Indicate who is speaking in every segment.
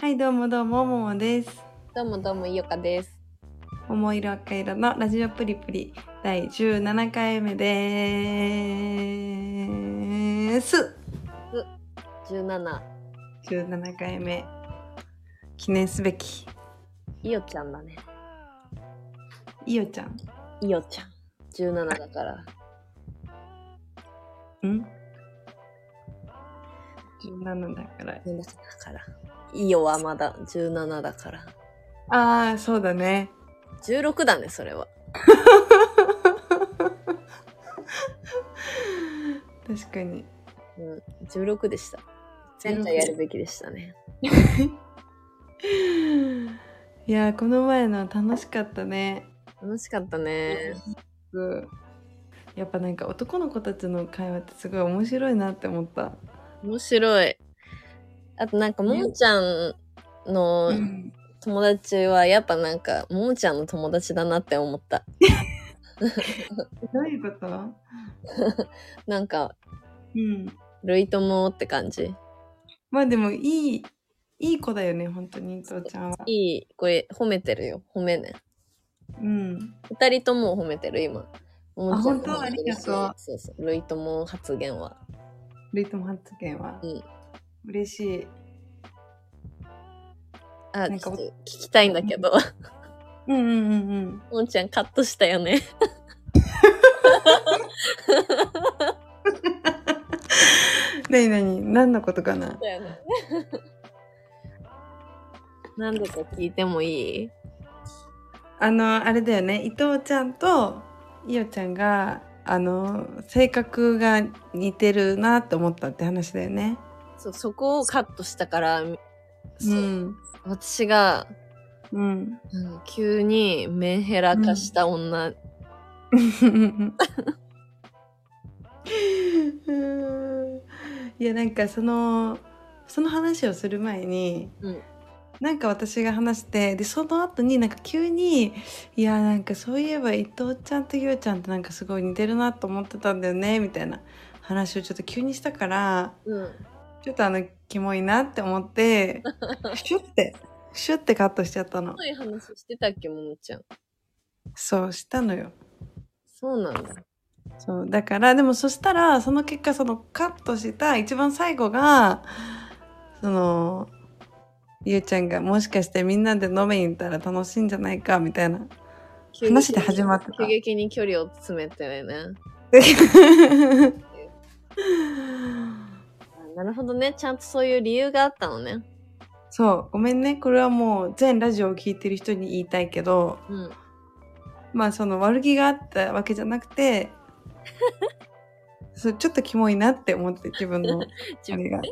Speaker 1: はい、どうもどうも、ももです。
Speaker 2: どうもどうもいよかです。
Speaker 1: 桃色赤色のラジオプリプリ第17回目です。
Speaker 2: 十七、
Speaker 1: 17回目。記念すべき、
Speaker 2: いよちゃんだね。
Speaker 1: いおちゃん。
Speaker 2: いよちゃん。十七だから。
Speaker 1: ん ?17 だから。
Speaker 2: 十七だから。いよはまだ十七だから。
Speaker 1: ああ、そうだね。
Speaker 2: 十六だねそれは。
Speaker 1: 確かに。
Speaker 2: うん、十六でした。前回やるべきでしたね。
Speaker 1: いやー、この前の楽しかったね。
Speaker 2: 楽しかったね。
Speaker 1: やっぱなんか男の子たちの会話ってすごい面白いなって思った。
Speaker 2: 面白い。あとなんかももちゃんの
Speaker 1: ん、
Speaker 2: 友達はやっぱなんかももちゃんの友達だなって思った。
Speaker 1: どういうこと
Speaker 2: なんか
Speaker 1: うん。
Speaker 2: ルイともって感じ。
Speaker 1: まあでもいい、いい子だよね、本当に、伊藤ちゃんは。
Speaker 2: いい声褒めてるよ褒めね。
Speaker 1: うん。
Speaker 2: 二人とも褒めてる今。ももちゃん
Speaker 1: 本
Speaker 2: も
Speaker 1: 当
Speaker 2: 褒めてる
Speaker 1: ありが
Speaker 2: し
Speaker 1: とう
Speaker 2: そうそう。ルイとも発言は。
Speaker 1: ルイとも発言は。
Speaker 2: うん
Speaker 1: 嬉しい。な
Speaker 2: あ、
Speaker 1: ん
Speaker 2: ち
Speaker 1: か
Speaker 2: ょっと聞きたいんだけど、
Speaker 1: うんうんうんうん。
Speaker 2: ももちゃんカットしたよね。
Speaker 1: なになに何のことかな
Speaker 2: だよね。何度か聞いてもいい
Speaker 1: あの、あれだよね、伊藤ちゃんと伊代ちゃんが、あの、性格が似てるなって思ったって話だよね。。
Speaker 2: そう、そこをカットしたから、そううん私が、
Speaker 1: うん。
Speaker 2: うん急にメンヘラ化した女、
Speaker 1: いやなんかそのその話をする前に、
Speaker 2: うん
Speaker 1: なんか私が話してでその後になんか急に「いやなんかそういえば伊藤ちゃんとゆうちゃんってなんかすごい似てるなと思ってたんだよね」みたいな話をちょっと急にしたから
Speaker 2: うん、
Speaker 1: ちょっとあのキモいなって思ってシュッてシュッてカットしちゃったの
Speaker 2: そういう話してたっけ、ももちゃん。
Speaker 1: そうしたのよ。
Speaker 2: そうなんだ。
Speaker 1: そうだからでもそしたらその結果そのカットした一番最後がそのゆうちゃんがもしかしてみんなで飲みに行ったら楽しいんじゃないかみたいな 話で始まってた
Speaker 2: 急激に距離を詰めてね。あなるほどね。ちゃんとそういう理由があったのね。
Speaker 1: そうごめんねこれはもう全ラジオを聴いてる人に言いたいけど
Speaker 2: うん。
Speaker 1: まあその悪気があったわけじゃなくて そうちょっとキモいなって思って 自分のあれが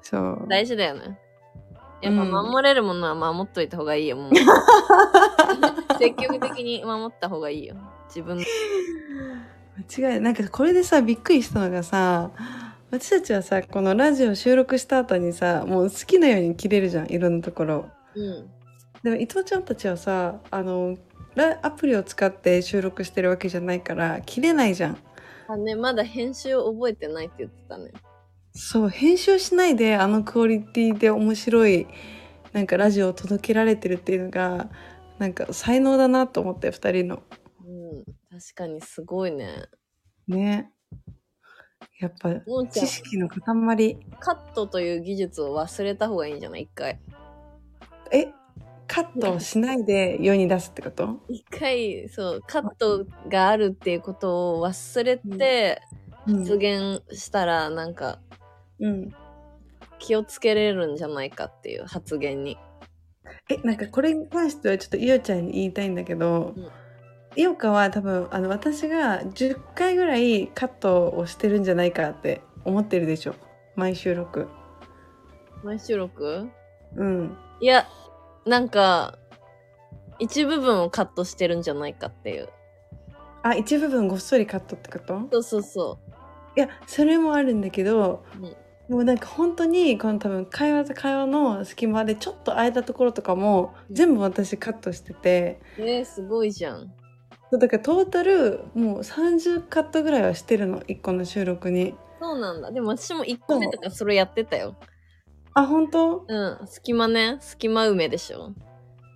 Speaker 1: そう
Speaker 2: 大事だよね。やっぱ
Speaker 1: うん
Speaker 2: 守れるものは守っといた方がいいよ、もう。積極的に守った方がいいよ。自分の。
Speaker 1: 間違いないなんかこれでさびっくりしたのがさ私たちはさこのラジオ収録した後にさもう好きなように切れるじゃんいろんなところ
Speaker 2: うん。
Speaker 1: でも伊藤ちゃんたちはさあのラアプリを使って収録してるわけじゃないから切れないじゃん
Speaker 2: あね、まだ編集を覚えてないって言ってたね。
Speaker 1: そう編集しないであのクオリティで面白いなんかラジオを届けられてるっていうのがなんか才能だなと思って2人の
Speaker 2: うん。確かにすごいね。
Speaker 1: ねやっぱ
Speaker 2: もんち
Speaker 1: 知
Speaker 2: ゃん、
Speaker 1: 識の塊
Speaker 2: カットという技術を忘れた方がいいんじゃない一回。
Speaker 1: えカットをしないで世に出すってこと
Speaker 2: 一回、そう、カットがあるっていうことを忘れて
Speaker 1: う
Speaker 2: 実
Speaker 1: ん
Speaker 2: 現したら、なんか、
Speaker 1: うん、
Speaker 2: 気をつけれるんじゃないかっていう発言に。
Speaker 1: えなんかこれに関してはちょっといおちゃんに言いたいんだけど、
Speaker 2: うん
Speaker 1: いおかは多分あの私が10回ぐらいカットをしてるんじゃないかって思ってるでしょ毎収録
Speaker 2: 毎収録
Speaker 1: うん
Speaker 2: いや、なんか、一部分をカットしてるんじゃないかっていう。
Speaker 1: あ一部分ごっそりカットってこと
Speaker 2: そうそうそ
Speaker 1: いやそれもあるんだけど、
Speaker 2: うん
Speaker 1: もうなんか本当にこの多分会話と会話の隙間でちょっと空いたところとかも
Speaker 2: うん
Speaker 1: 全部私カットしてて、
Speaker 2: う。えー、すごいじゃん。
Speaker 1: そうだからトータルもう30カットぐらいはしてるの1個の収録に
Speaker 2: そうなんだ。でも私も1個目とかそれやってたよ。
Speaker 1: あ、本当
Speaker 2: うん。隙間ね。隙間埋めでしょ。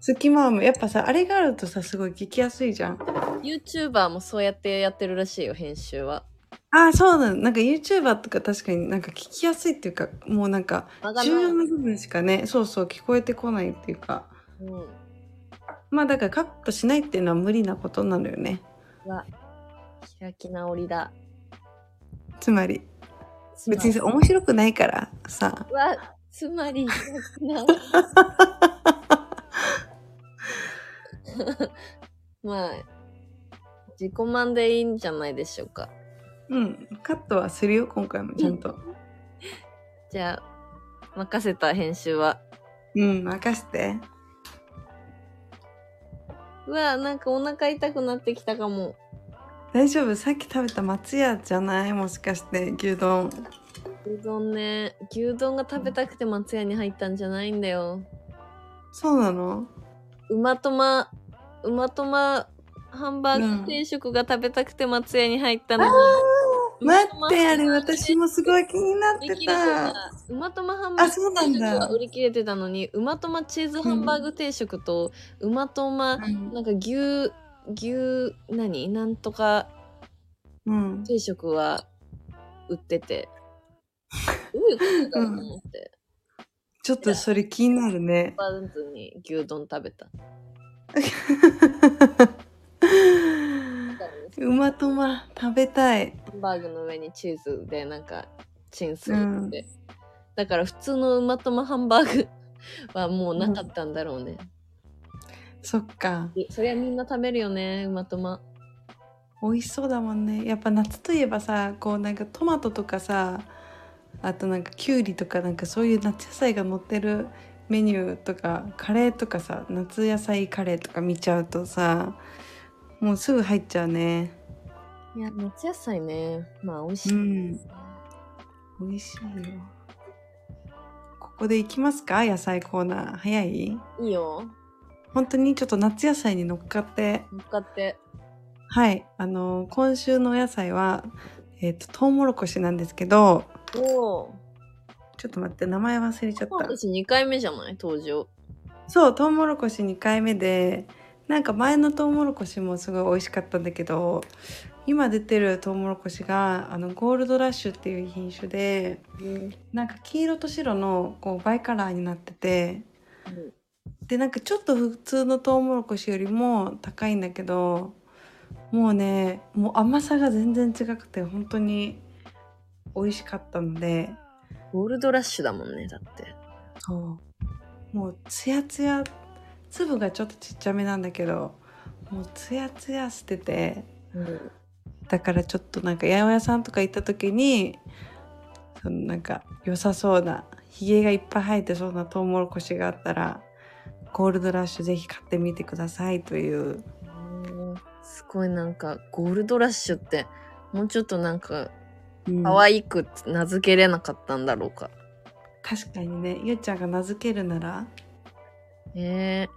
Speaker 1: 隙間はもうやっぱさ、あれがあるとさ、すごい聞きやすいじゃん。
Speaker 2: YouTuber もそうやってやってるらしいよ、編集は。
Speaker 1: あ、そうだ。なんか YouTuber とか確かになんか聞きやすいっていうか、もうなんか、
Speaker 2: わが
Speaker 1: 重要
Speaker 2: ま
Speaker 1: な部分しかね、そうそう聞こえてこないっていうか。
Speaker 2: うん。
Speaker 1: まあだからカットしないっていうのは無理なことなのよね。
Speaker 2: 開き直りだ。
Speaker 1: つまり、別に
Speaker 2: つ
Speaker 1: さ、
Speaker 2: まり
Speaker 1: 面白くないからさ。
Speaker 2: は、つまり、開き直り まあ、自己満でいいんじゃないでしょうか。
Speaker 1: うん。カットはするよ、今回もちゃんと。
Speaker 2: じゃあ、任せた編集は。
Speaker 1: うん、任せて。
Speaker 2: うわ、なんかお腹痛くなってきたかも。
Speaker 1: 大丈夫さっき食べた松屋じゃないもしかして牛丼。
Speaker 2: 牛丼ね。牛丼が食べたくて松屋に入ったんじゃないんだよ。
Speaker 1: そうなの
Speaker 2: 馬とま、馬とまハンバーグ定食が食べたくて松屋に入ったのに。
Speaker 1: 待
Speaker 2: 馬
Speaker 1: っ
Speaker 2: とま
Speaker 1: て、あれ私もすごい気になっ
Speaker 2: 売り
Speaker 1: て
Speaker 2: 切れて
Speaker 1: た。
Speaker 2: た。馬とまハンバー
Speaker 1: あ
Speaker 2: グ
Speaker 1: そうなん
Speaker 2: 定
Speaker 1: だ
Speaker 2: 食は売り切れてたのに、馬とまチーズハンバーグ定食と、馬とま、なんか牛、牛、何なんとか
Speaker 1: うん。
Speaker 2: 定食は売ってて。どういうことだろうと思って。
Speaker 1: ちょっとそれ気になる ね。
Speaker 2: バンズに牛丼食べた。
Speaker 1: 馬とま食べたい。
Speaker 2: ハンバーグの上にチーズでなんかチンするって、だから普通のうまとまハンバーグはもうなかったんだろうね、
Speaker 1: そっか。
Speaker 2: でそりゃみんな食べるよねうまとま
Speaker 1: 美味しそうだもんね。やっぱ夏といえばさ、こうなんかトマトとかさ、あとなんかきゅうりとかなんかそういう夏野菜が乗ってるメニューとかカレーとかさ、夏野菜カレーとか見ちゃうとさ、もうすぐ入っちゃうね。
Speaker 2: いや夏野菜ねまあ美味しい、
Speaker 1: うん。美味しいよ。ここで行きますか野菜コーナー。早い
Speaker 2: いいよ
Speaker 1: 本当にちょっと夏野菜に乗っかって
Speaker 2: 乗っかって
Speaker 1: はいあの今週のお野菜はえっ、とトウモロコシなんですけど
Speaker 2: おお
Speaker 1: ちょっと待って名前忘れちゃった
Speaker 2: 私2回目じゃない登場
Speaker 1: そうトウモロコシ2回目でなんか前のトウモロコシもすごい美味しかったんだけど今出てるトウモロコシがあのゴールドラッシュっていう品種で
Speaker 2: うん
Speaker 1: なんか黄色と白のこうバイカラーになってて
Speaker 2: うん
Speaker 1: でなんかちょっと普通のトウモロコシよりも高いんだけどもうねもう甘さが全然違くて本当に美味しかったので
Speaker 2: ゴールドラッシュだもんねだって
Speaker 1: そうもうツヤツヤ粒がちょっとちっちゃめなんだけどもうツヤツヤしてて
Speaker 2: うん
Speaker 1: だからちょっとなんか八百屋さんとか行った時にそのなんか良さそうなひげがいっぱい生えてそうなトウモロコシがあったらゴールドラッシュぜひ買ってみてくださいという
Speaker 2: すごいなんかゴールドラッシュってもうちょっとなんか可
Speaker 1: 可愛い
Speaker 2: 愛く名付けれなかったんだろうか
Speaker 1: 確かにねゆうちゃんが名付けるなら
Speaker 2: えー、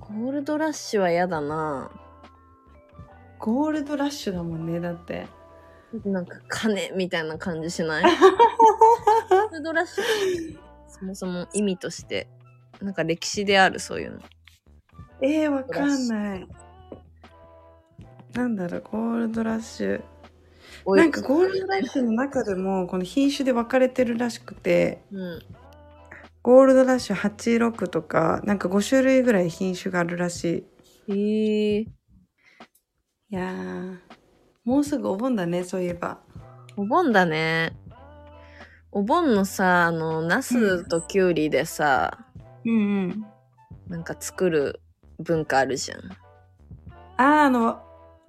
Speaker 2: ゴールドラッシュは嫌だな。
Speaker 1: ゴールドラッシュだもんねだって
Speaker 2: なんか金みたいな感じし ないゴールドラッシュそもそも意味として、なんか歴史であるそういうの。
Speaker 1: えー、わかんないなんだろうゴールドラッシュなんかゴールドラッシュの中でもこの品種で分かれてるらしくて
Speaker 2: うん。
Speaker 1: ゴールドラッシュ86とかなんか5種類ぐらい品種があるらしい
Speaker 2: へえー、
Speaker 1: いやーもうすぐお盆だねそういえば
Speaker 2: お盆だね。お盆のさ、あの、ナスとキュウリでさ、
Speaker 1: うんうん
Speaker 2: なんか作る文化あるじゃん。
Speaker 1: あーあの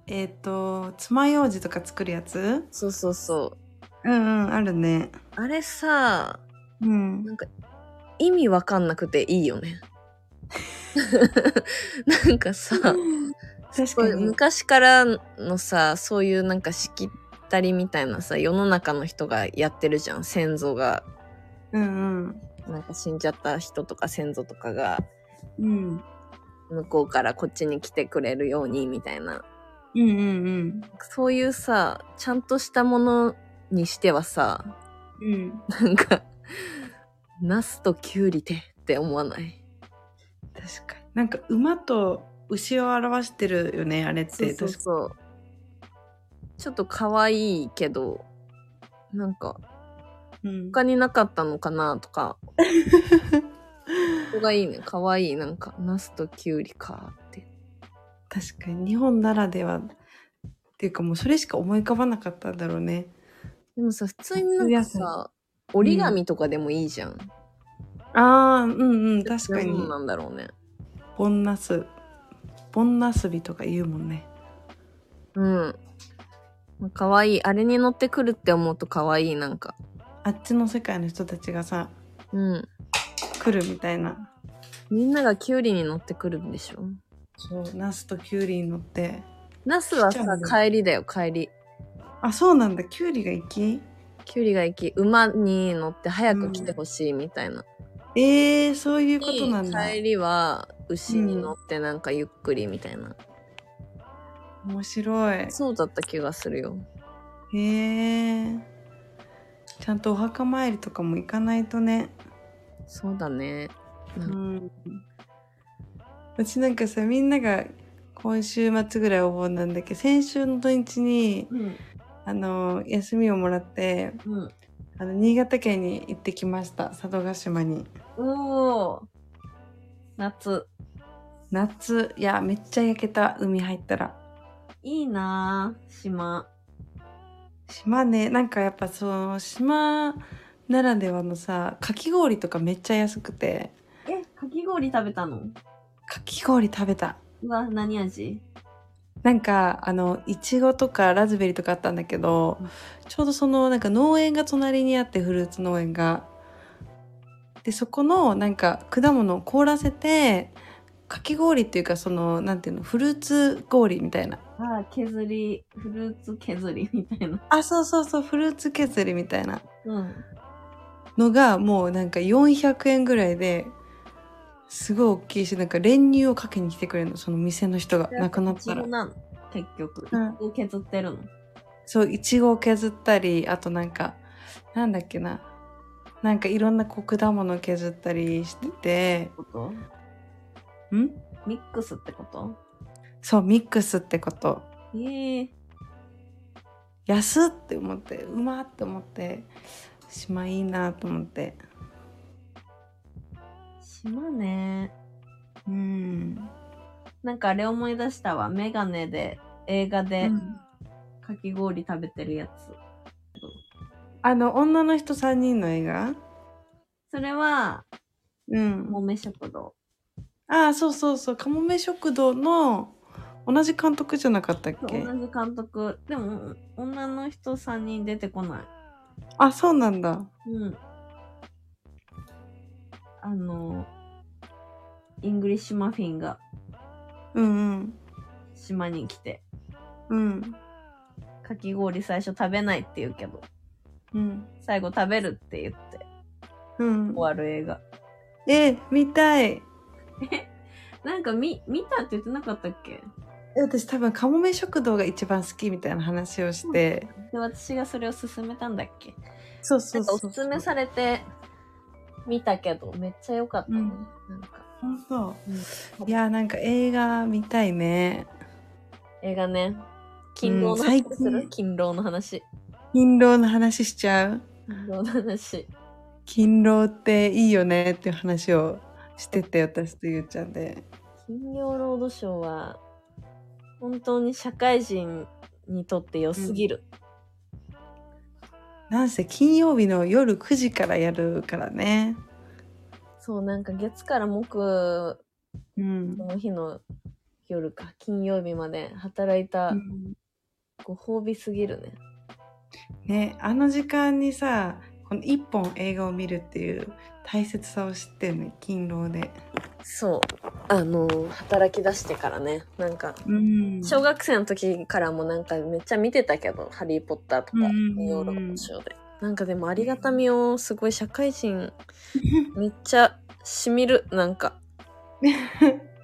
Speaker 1: えっ、と爪楊枝とか作るやつ
Speaker 2: そうそうそう。
Speaker 1: うんうんあるね
Speaker 2: あれさ、
Speaker 1: うん
Speaker 2: なんか意味わかんなくていいよ ね。なんかさ、
Speaker 1: 確
Speaker 2: こ
Speaker 1: か
Speaker 2: う
Speaker 1: に。
Speaker 2: 昔からのさ、そういうなんかしきったりみたいなさ、世の中の人がやってるじゃん。先祖が、
Speaker 1: うん
Speaker 2: なんか死んじゃった人とか先祖とかが、
Speaker 1: うん。うん。
Speaker 2: 向こうからこっちに来てくれるようにみたいな。
Speaker 1: うんうん
Speaker 2: そういうさ、ちゃんとしたものにしてはさ、
Speaker 1: うん。うん。
Speaker 2: なんか、ナスとキュウリでって思わない。
Speaker 1: 確かになんか馬と牛を表してるよねあれって
Speaker 2: そうそう
Speaker 1: 確か
Speaker 2: そう。ちょっと可愛いけど、なんか
Speaker 1: うん
Speaker 2: 他になかったのかな とか。ここがいいね。可愛い。なんか、ナスとキュウリかって。
Speaker 1: 確かに日本ならではっていうかもうそれしか思い浮かばなかったんだろうね
Speaker 2: でもさ、普通になんか
Speaker 1: 夏野
Speaker 2: さ、折り紙とかでもいいじゃん。
Speaker 1: ああうんうん確か
Speaker 2: そう
Speaker 1: に
Speaker 2: なんだろうね。
Speaker 1: ボンナスボンナスビとか言うもんね
Speaker 2: うん。まあ可愛い。あれに乗ってくるって思うと可愛い、なんか。
Speaker 1: あっちの世界の人たちがさ
Speaker 2: うん。
Speaker 1: 来るみたいな
Speaker 2: みんながキュウリに乗ってくるんでしょ
Speaker 1: そうナスとキュウリに乗って
Speaker 2: ナスは
Speaker 1: 来ちゃう
Speaker 2: さ、
Speaker 1: んだ
Speaker 2: 帰りだよ、帰り。
Speaker 1: あそうなんだキュウリが行き
Speaker 2: キュウリが行き、馬に乗って早く来てほしいみたいな。
Speaker 1: えー、そういうことなんだ
Speaker 2: 帰りは牛に乗ってなんかゆっくりみたいな。
Speaker 1: 面白い
Speaker 2: そうだった気がするよ。
Speaker 1: へえちゃんとお墓参りとかも行かないとね
Speaker 2: そうだね。
Speaker 1: う
Speaker 2: うん
Speaker 1: んうちなんかさみんなが今週末ぐらいお盆なんだけど先週の土日に
Speaker 2: うん。
Speaker 1: あの休みをもらって
Speaker 2: うん。
Speaker 1: あの新潟県に行ってきました佐渡島に
Speaker 2: おお。夏。
Speaker 1: 夏いやめっちゃ焼けた海入ったら
Speaker 2: いいなぁ、島。
Speaker 1: 島ねなんかやっぱその島ならではのさかき氷とかめっちゃ安くて
Speaker 2: え、かき氷食べたの
Speaker 1: かき氷食べた
Speaker 2: うわ、何味
Speaker 1: なんかあのいちごとかラズベリーとかあったんだけど、
Speaker 2: うん
Speaker 1: ちょうどそのなんか農園が隣にあってフルーツ農園が。でそこのなんか果物を凍らせてかき氷っていうかそのなんていうのフルーツ氷みたいな
Speaker 2: ああ、削り、フルーツ削りみたいな。
Speaker 1: あそうそうそうフルーツ削りみたいな
Speaker 2: うん。
Speaker 1: のがもうなんか400円ぐらいですごい大きいしなんか練乳をかけに来てくれるのその店の人がなくなったら
Speaker 2: いちごなの結局。
Speaker 1: うん
Speaker 2: いちご削ってるの。
Speaker 1: そう、いちごを削ったり、あとなんか、なんだっけな。なんかいろんなこう果物を削ったりして
Speaker 2: こと
Speaker 1: て、ん
Speaker 2: ミックスってこと
Speaker 1: そう、ミックスってこと。
Speaker 2: ええ
Speaker 1: 安っって思って、うまって思って、島いいなと思って。
Speaker 2: 島ね。
Speaker 1: うん。
Speaker 2: なんかあれ思い出したわ。メガネで、映画でかき氷食べてるやつ。
Speaker 1: あの、女の人3人の映画
Speaker 2: それは、
Speaker 1: うん
Speaker 2: もめ食堂。
Speaker 1: ああ、そうそうそう、かもめ食堂の同じ監督じゃなかったっ
Speaker 2: 同じ
Speaker 1: け
Speaker 2: 監督。でも、女の人3人出てこない。
Speaker 1: あ、そうなんだ。
Speaker 2: うん。あの、イングリッシュマフィンが
Speaker 1: うん
Speaker 2: 島に来て、
Speaker 1: うん。うん。
Speaker 2: かき氷最初食べないって言うけど、
Speaker 1: うん。
Speaker 2: 最後食べるって言って
Speaker 1: うん
Speaker 2: 終。わる映画。
Speaker 1: えー、見たい。
Speaker 2: なんか見、見たって言ってなかったっけ
Speaker 1: え私多分かもめ食堂が一番好きみたいな話をして、
Speaker 2: で、私がそれを勧めたんだっけ
Speaker 1: そうそ
Speaker 2: な
Speaker 1: うん
Speaker 2: か
Speaker 1: そう
Speaker 2: おすすめされて見たけど、めっちゃ良かったね。
Speaker 1: うん
Speaker 2: なんか、
Speaker 1: 本当
Speaker 2: うん
Speaker 1: いやなんか映画見たいね
Speaker 2: 映画ね、勤労の
Speaker 1: 最
Speaker 2: 話
Speaker 1: 近
Speaker 2: する勤労の話。
Speaker 1: 勤労の話しちゃう
Speaker 2: 勤労の話。
Speaker 1: 勤労っていいよねっていう話をしてて私とゆうちゃんで
Speaker 2: 金曜ロードショーは本当に社会人にとって良すぎる、
Speaker 1: なんせ金曜日の夜9時からやるからね
Speaker 2: そうなんか月から木
Speaker 1: うん、
Speaker 2: の日の夜か金曜日まで働いたご褒美すぎるね、
Speaker 1: ねあの時間にさこの1本映画を見るっていう大切さを知ってるね勤労で
Speaker 2: そうあのー働き出してからねなんか
Speaker 1: うん
Speaker 2: 小学生の時からもなんかめっちゃ見てたけど「ハリー・ポッター」とか
Speaker 1: うんうんうん
Speaker 2: 金曜ロードショーでなんかでもありがたみをすごい社会人めっちゃしみるな んか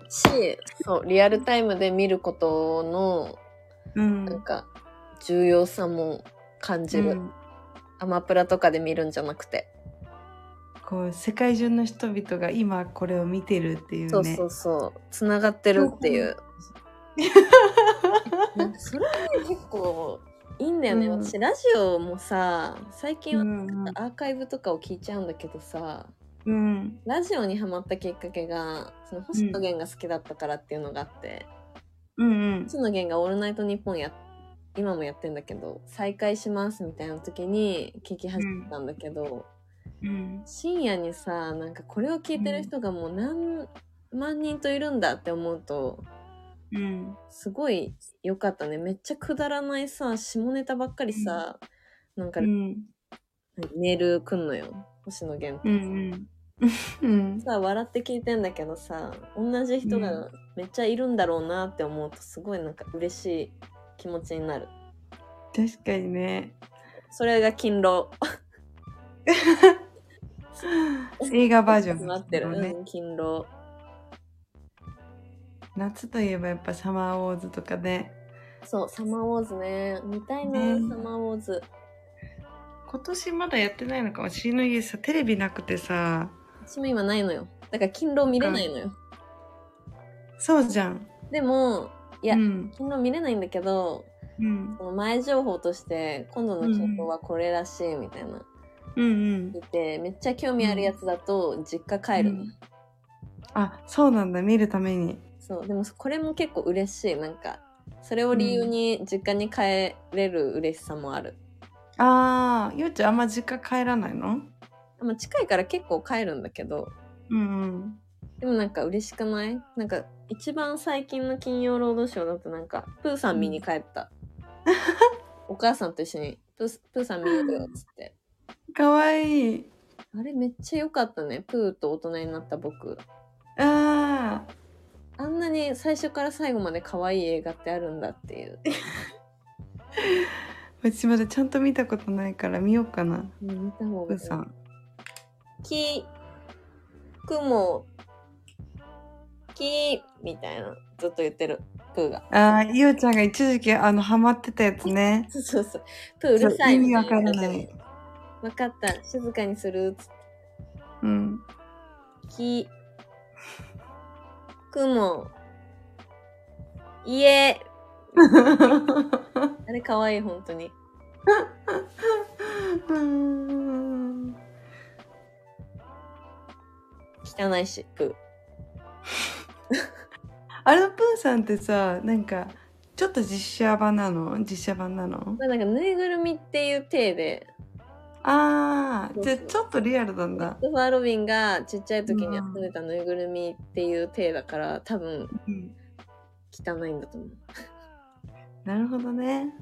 Speaker 2: し、そう、リアルタイムで見ることの、
Speaker 1: うん
Speaker 2: なんか、重要さも感じる。
Speaker 1: うん
Speaker 2: アマプラとかで見るんじゃなくて。
Speaker 1: こう世界中の人々が今これを見てるっていうね
Speaker 2: そうそうそうつながってるっていうなんかそれはね結構いいんだよね、
Speaker 1: うん
Speaker 2: 私ラジオもさ最近
Speaker 1: う
Speaker 2: は
Speaker 1: んうん
Speaker 2: アーカイブとかを聞いちゃうんだけどさ、
Speaker 1: うん
Speaker 2: ラジオにハマったきっかけがその星野源が好きだったからっていうのがあって、
Speaker 1: うん
Speaker 2: 星野源が「オールナイトニッポンや」今もやってんだけど再開しますみたいな時に聞き始めたんだけど、
Speaker 1: うん
Speaker 2: 深夜にさなんかこれを聞いてる人がもう何万人といるんだって思うと
Speaker 1: うん
Speaker 2: すごい良かったねめっちゃくだらないさ下ネタばっかりさ、なんか、
Speaker 1: うん
Speaker 2: メールくんのよ星野源って、
Speaker 1: うんうんうん
Speaker 2: さ笑って聞いてんだけどさ同じ人
Speaker 1: う
Speaker 2: がめっちゃいるんだろうなって思うとすごいなんか嬉しい気持ちになる
Speaker 1: 確かにね
Speaker 2: それが勤労
Speaker 1: 映画バージョン
Speaker 2: なってる、
Speaker 1: ね
Speaker 2: うん勤労
Speaker 1: 夏といえばやっぱサマーウォーズとかね
Speaker 2: そうサマーウォーズね見たいな、
Speaker 1: ね
Speaker 2: サマーウォーズ
Speaker 1: 今年まだやってないのか私の家さテレビなくてさ
Speaker 2: 私も今ないのよだから勤労見れないのよ
Speaker 1: そうじゃん
Speaker 2: でもいや、
Speaker 1: うん
Speaker 2: 勤労見れないんだけど
Speaker 1: うん
Speaker 2: その前情報として今度の勤労はこれらしいみたいな、
Speaker 1: うんうん
Speaker 2: 見てめっちゃ興味あるやつだと実家帰るね、
Speaker 1: うんあそうなんだ見るために
Speaker 2: そうでもこれも結構嬉しいなんかそれを理由に実家に帰れる嬉しさもある、
Speaker 1: あーゆうちゃんあんま実家帰らないの
Speaker 2: まあ、近いから結構帰るんだけど
Speaker 1: うん
Speaker 2: でもなんか嬉しくないなんか一番最近の金曜ロードショーだとなんかプーさん見に帰 った、お母さんと一緒にプース「プーさん見ようよ」っつって
Speaker 1: うんかわいい
Speaker 2: あれめっちゃ良かったねプーと大人になった僕
Speaker 1: あ
Speaker 2: あんなに最初から最後まで可愛い映画ってあるんだっていう
Speaker 1: ーうちまだちゃんと見たことないから見ようかな
Speaker 2: うん見た方
Speaker 1: う
Speaker 2: がい
Speaker 1: ー
Speaker 2: い
Speaker 1: さん
Speaker 2: き、くも、き、みたいな、ずっと言ってる、プーが。
Speaker 1: あーゆうちゃんが一時期あのハマってたやつね
Speaker 2: そうそうそう。プーうるさい
Speaker 1: そう意味
Speaker 2: みた
Speaker 1: わ
Speaker 2: い
Speaker 1: から
Speaker 2: な。
Speaker 1: ない。
Speaker 2: わかった、静かにする、つ
Speaker 1: うん
Speaker 2: き、くも、家。あれ可愛い、本当に。
Speaker 1: うん
Speaker 2: 汚いし、プ
Speaker 1: あれのプーさんってさなんかちょっと実写版なの実写版なの
Speaker 2: ー。まあなんか、ぬいぐるみっていう体で、
Speaker 1: ああじゃあ
Speaker 2: そうそう
Speaker 1: ちょっとリアルなんだ、
Speaker 2: ルファーロビンがちっちゃい時に遊んでたぬいぐるみっていう体だから、多分、
Speaker 1: うん、
Speaker 2: 汚いんだと思う。
Speaker 1: なるほどね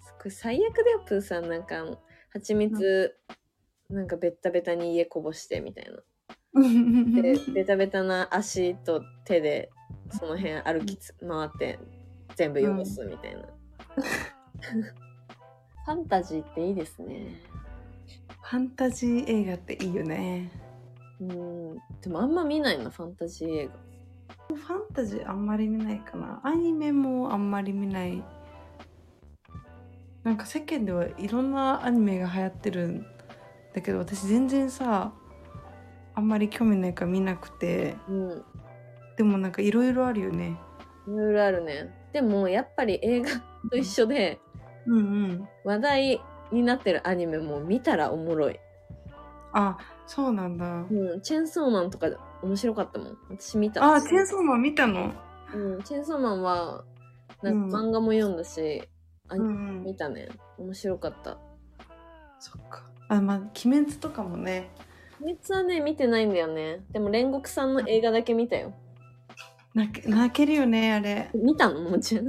Speaker 2: すごい最悪だよプーさんなんか蜂蜜なんかベッタベタに家こぼしてみたい なでベタベタな足と手でその辺歩きつ回って全部汚すみたいな、ファンタジーっていいですね
Speaker 1: ファンタジー映画っていいよね
Speaker 2: うんでもあんま見ないなファンタジー映画
Speaker 1: ファンタジーあんまり見ないかなアニメもあんまり見ないなんか世間ではいろんなアニメが流行ってるんだけど私全然さあんまり興味ないから見なくて
Speaker 2: うん
Speaker 1: でもなんかいろいろあるよね
Speaker 2: いろいろあるねでもやっぱり映画と一緒で
Speaker 1: うんうん
Speaker 2: 話題になってるアニメも見たらおもろい
Speaker 1: あそうなんだ
Speaker 2: うん、チェーンソーマンとか面白かったもん。私見た。
Speaker 1: あチェーンソーマン見たの
Speaker 2: うん、チェーンソーマンは、なんか
Speaker 1: うん
Speaker 2: 漫画も読んだし、
Speaker 1: う
Speaker 2: アニメ
Speaker 1: んう
Speaker 2: 見
Speaker 1: ん
Speaker 2: たね。面白かった。
Speaker 1: そっかあまあ「鬼滅」とかもね
Speaker 2: 鬼滅はね、見てないんだよね。でも煉獄さんの映画だけ見たよ。
Speaker 1: 泣け泣けるよねあれ
Speaker 2: 見たのもちろん。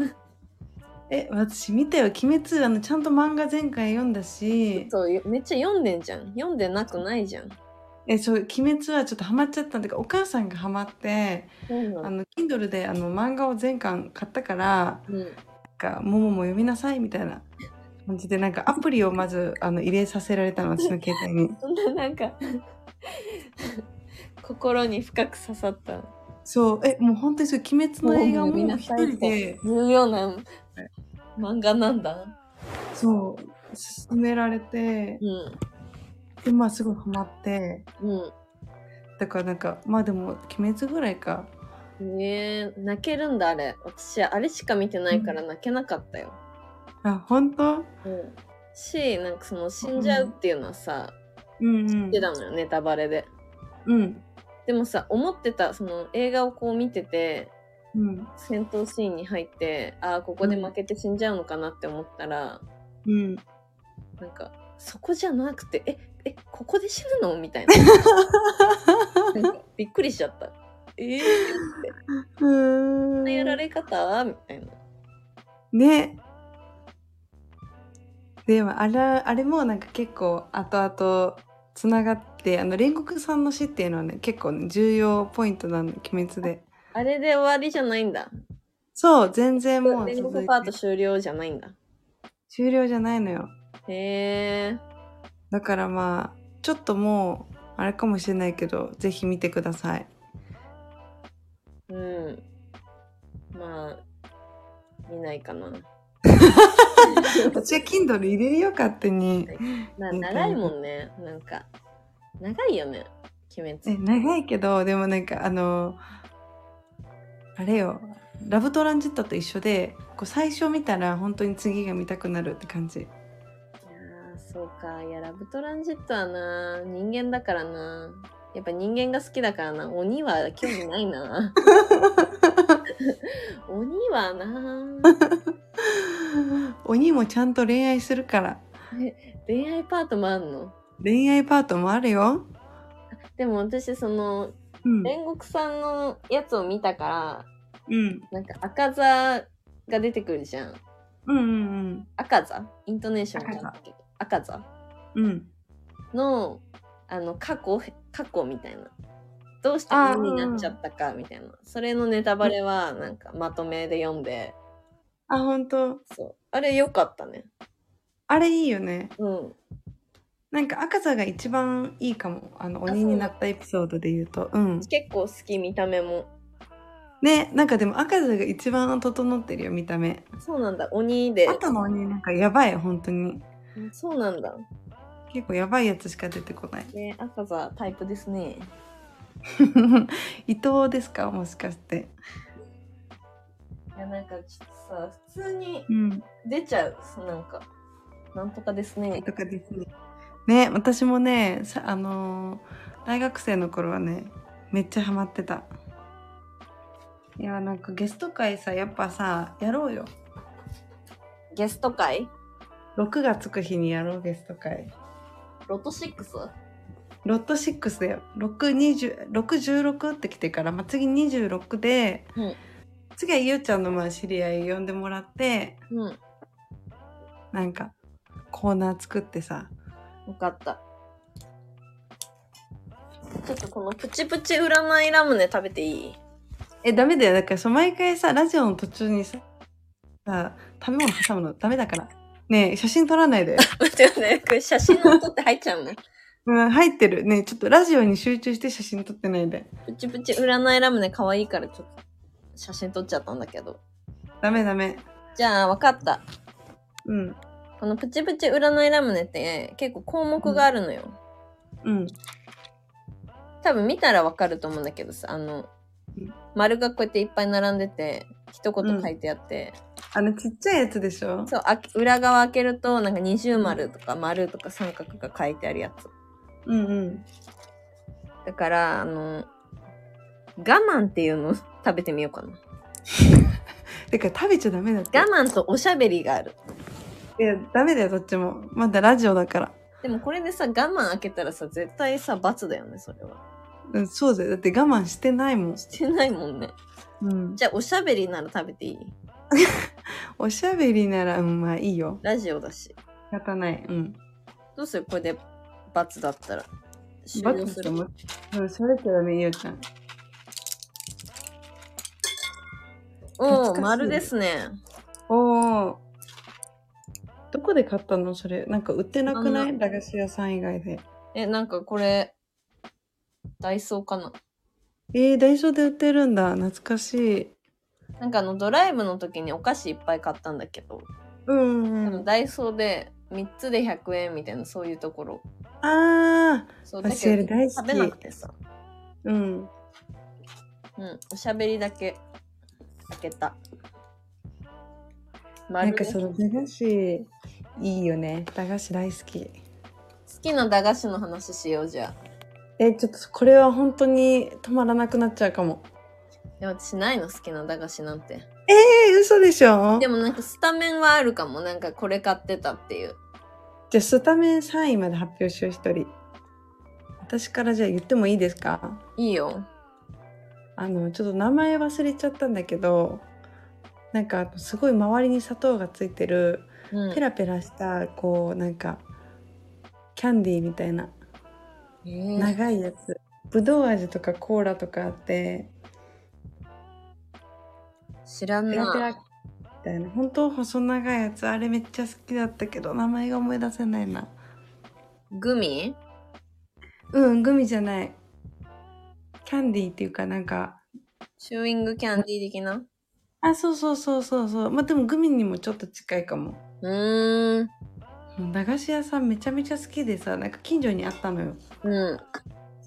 Speaker 1: え私見たよ「鬼滅」あのちゃんと漫画前回読んだし
Speaker 2: そう、めっちゃ読んでんじゃん。読んでなくないじゃん。
Speaker 1: えそう「鬼滅」はちょっとハマっちゃったんだけどお母さんがハマって
Speaker 2: そうな
Speaker 1: あ
Speaker 2: の。
Speaker 1: の Kindle であの漫画を全巻買ったから
Speaker 2: うん、
Speaker 1: なんか「ももも読みなさい」みたいな感じでなんかアプリをまずあの入れさせられたの私の携帯に。
Speaker 2: そんななんか 心に深く刺さった
Speaker 1: そうえもう本当にそう「鬼滅」の映画をもう一人で
Speaker 2: 重要な漫画なんだ
Speaker 1: そう勧められて
Speaker 2: うん
Speaker 1: 今すごいハマって
Speaker 2: うん。
Speaker 1: だからなんかまあでも「鬼滅」ぐらいか
Speaker 2: ねえ、泣けるんだ、あれ。私、あれしか見てないから泣けなかったよ。
Speaker 1: あ本当
Speaker 2: うん。し、なんかその死んじゃうっていうのはさ、
Speaker 1: うんう
Speaker 2: 知
Speaker 1: ん
Speaker 2: ってたのよ、ネタバレで。
Speaker 1: うん
Speaker 2: でもさ、思ってた、その映画をこう見てて、
Speaker 1: うん
Speaker 2: 戦闘シーンに入って、ああ、ここで負けて死んじゃうのかなって思ったら、
Speaker 1: うん
Speaker 2: なんか、そこじゃなくて、え、え、ここで死ぬのみたい な。なんかびっくりしちゃった。ええー、
Speaker 1: う
Speaker 2: こん
Speaker 1: ん
Speaker 2: なやられ方みたいな。
Speaker 1: ねでもあれあれもなんか結構後々つながってあの煉獄さんの死っていうのはね結構ね重要ポイントなんで鬼滅で
Speaker 2: あれで終わりじゃないんだ。
Speaker 1: そう全然もう
Speaker 2: 煉
Speaker 1: 続
Speaker 2: 獄
Speaker 1: い
Speaker 2: パート
Speaker 1: て
Speaker 2: 終了じゃないんだ。
Speaker 1: 終了じゃないのよ
Speaker 2: へえ。
Speaker 1: だからまあちょっともうあれかもしれないけどぜひ見てくださ い
Speaker 2: うん。まあ、見ないかな。
Speaker 1: 私は Kindle 入れるよ勝手に
Speaker 2: な長いもんね。なんか、長いよね。鬼
Speaker 1: え
Speaker 2: 滅。
Speaker 1: 長いけどでもなんかあのあれよ「ラブトランジット」と一緒でこう最初見たら本当に次が見たくなるって感 じ
Speaker 2: いやーそうか。いや、ラブトランジットはな、人間だからな。やっぱ人間が好きだからな。鬼は興味ないな。 鬼はな、
Speaker 1: 鬼もちゃんと恋愛するから
Speaker 2: 恋愛パートもあんの。
Speaker 1: 恋愛パートもあるよ、
Speaker 2: でも私、その、
Speaker 1: うん、
Speaker 2: 煉獄さんのやつを見たから、
Speaker 1: うん
Speaker 2: なんか赤座が出てくるじゃん。
Speaker 1: うんうん
Speaker 2: 赤座イントネーションじゃんけど。赤座
Speaker 1: うんうん
Speaker 2: の、あの、過去、過去みたいな。どうして何になっちゃったかみたいな。それのネタバレは、なんかまとめで読んで、
Speaker 1: あ本当
Speaker 2: そう。あれ良かったね。
Speaker 1: あれいいよね
Speaker 2: うん。
Speaker 1: なんか赤座が一番いいかもあの鬼になったエピソードで言うとうん
Speaker 2: 結構好き、見た目も。
Speaker 1: ねなんかでも赤座が一番整ってるよ見た目
Speaker 2: そうなんだ、鬼で。
Speaker 1: 後の鬼なんかやばい本当に
Speaker 2: そうなんだ。
Speaker 1: 結構やばいやつしか出てこない
Speaker 2: ね、赤座タイプですね。
Speaker 1: 伊藤ですかもしかして
Speaker 2: いや、なんかちょっとさ、普通に
Speaker 1: うん
Speaker 2: 出ちゃう、なんか。なんとかですね。
Speaker 1: とかですねね私もねさあのー大学生の頃はねめっちゃハマってたいやなんかゲスト会さやっぱさやろうよ
Speaker 2: ゲスト会
Speaker 1: 6がつく日にやろうゲスト会
Speaker 2: ロト 6?
Speaker 1: ロット6だよ616って来てから、まあ、次26で、
Speaker 2: うん
Speaker 1: 次はゆうちゃんのまあ知り合い呼んでもらって
Speaker 2: うん。
Speaker 1: なんかコーナー作ってさ
Speaker 2: 分かった。ちょっとこのプチプチ占いラムネ食べていい
Speaker 1: えダメだよだからそう毎回さラジオの途中にささ食べ物挟むのダメだからねえ写真撮らないで
Speaker 2: 待って待って、これ写真の音って入っちゃうの
Speaker 1: うん入ってるねえちょっとラジオに集中して写真撮ってないで
Speaker 2: プチプチ占いラムネ可愛いからちょっと写真撮っちゃったんだけど。
Speaker 1: ダメダメ
Speaker 2: じゃあ分かった。
Speaker 1: うん
Speaker 2: このプチプチ占いラムネって結構項目があるのよ。
Speaker 1: うん
Speaker 2: 多分見たらわかると思うんだけどさ、あの
Speaker 1: うん、
Speaker 2: 丸がこうやっていっぱい並んでて、一言書いてあって、
Speaker 1: あのちっちゃいやつでしょ
Speaker 2: そう、あけ裏側開けると、なんか二重丸とか丸とか三角が書いてあるやつ。
Speaker 1: うんうん
Speaker 2: だから、あの、我慢っていうのを食べてみようかな。
Speaker 1: てか食べちゃダメだって
Speaker 2: 我慢とおしゃべりがある。
Speaker 1: いやダメだよどっちもまだラジオだから
Speaker 2: でもこれでさ、我慢開けたらさ、絶対さ、罰だよね、それは。
Speaker 1: うんそうだよだって我慢してないもん、
Speaker 2: してないもんね。
Speaker 1: うん、
Speaker 2: じゃあ、おしゃべりなら食べていい
Speaker 1: おしゃべりならうんまあいいよ
Speaker 2: ラジオだ
Speaker 1: 仕
Speaker 2: し。
Speaker 1: 方ないうん
Speaker 2: どうするこれで罰だったら。終
Speaker 1: バ
Speaker 2: 了
Speaker 1: ツ
Speaker 2: す
Speaker 1: て
Speaker 2: る
Speaker 1: もうんそれちゃダメゆうちゃん
Speaker 2: お
Speaker 1: 懐かし
Speaker 2: お、
Speaker 1: い
Speaker 2: 丸ですね。
Speaker 1: おお。どこで買ったのそれ。なんか売ってなくな
Speaker 2: あ
Speaker 1: い
Speaker 2: の
Speaker 1: 駄菓子屋さん以外で。
Speaker 2: え、なんかこれ、ダイソーかな。
Speaker 1: えー、ダイソーで売ってるんだ。懐かしい。
Speaker 2: なんかあの、ドライブの時にお菓子いっぱい買ったんだけど、
Speaker 1: うん、
Speaker 2: でもダイソーで3つで100円みたいな、そういうところ。
Speaker 1: ああ、
Speaker 2: そう
Speaker 1: パ
Speaker 2: だ
Speaker 1: シエ
Speaker 2: け
Speaker 1: ル
Speaker 2: ど
Speaker 1: 大好
Speaker 2: 食
Speaker 1: き
Speaker 2: べなくてさ、
Speaker 1: うん。
Speaker 2: うん、おしゃべりだけ開けた。ま
Speaker 1: なん
Speaker 2: る
Speaker 1: か
Speaker 2: で
Speaker 1: そ
Speaker 2: 好
Speaker 1: の駄菓子、いいよね。駄菓子大好き。
Speaker 2: きな駄菓子の話しようじゃあ。
Speaker 1: え、ちょっとこれは本当に止まらなくなっちゃうかも。
Speaker 2: いや私ないの好きな駄菓子なんて。
Speaker 1: えー、嘘でしょ
Speaker 2: でもなんかスタメンはあるかも。なんかこれ買ってたっていう。
Speaker 1: じゃあスタメン3位まで発表しよう、一人。私からじゃあ言ってもいいですか
Speaker 2: いいよ。
Speaker 1: あの、ちょっと名前忘れちゃったんだけど、なんかすごい周りに砂糖がついてる、
Speaker 2: うん
Speaker 1: ペラペラした、こう、なんか、キャンディーみたいな。
Speaker 2: えー
Speaker 1: 長いやつぶどう味とかコーラとかあって
Speaker 2: 知らん
Speaker 1: ペラペラ
Speaker 2: な。
Speaker 1: みたいな本当細長いやつあれめっちゃ好きだったけど名前が思い出せないな
Speaker 2: グミ
Speaker 1: うんグミじゃないキャンディーっていうかなんか
Speaker 2: チューイングキャンディー的な
Speaker 1: あそうそうそうそうそうまあでもグミにもちょっと近いかも
Speaker 2: うーん。
Speaker 1: もう駄菓子屋さんめちゃめちゃ好きでさなんか近所にあったのよ
Speaker 2: うん。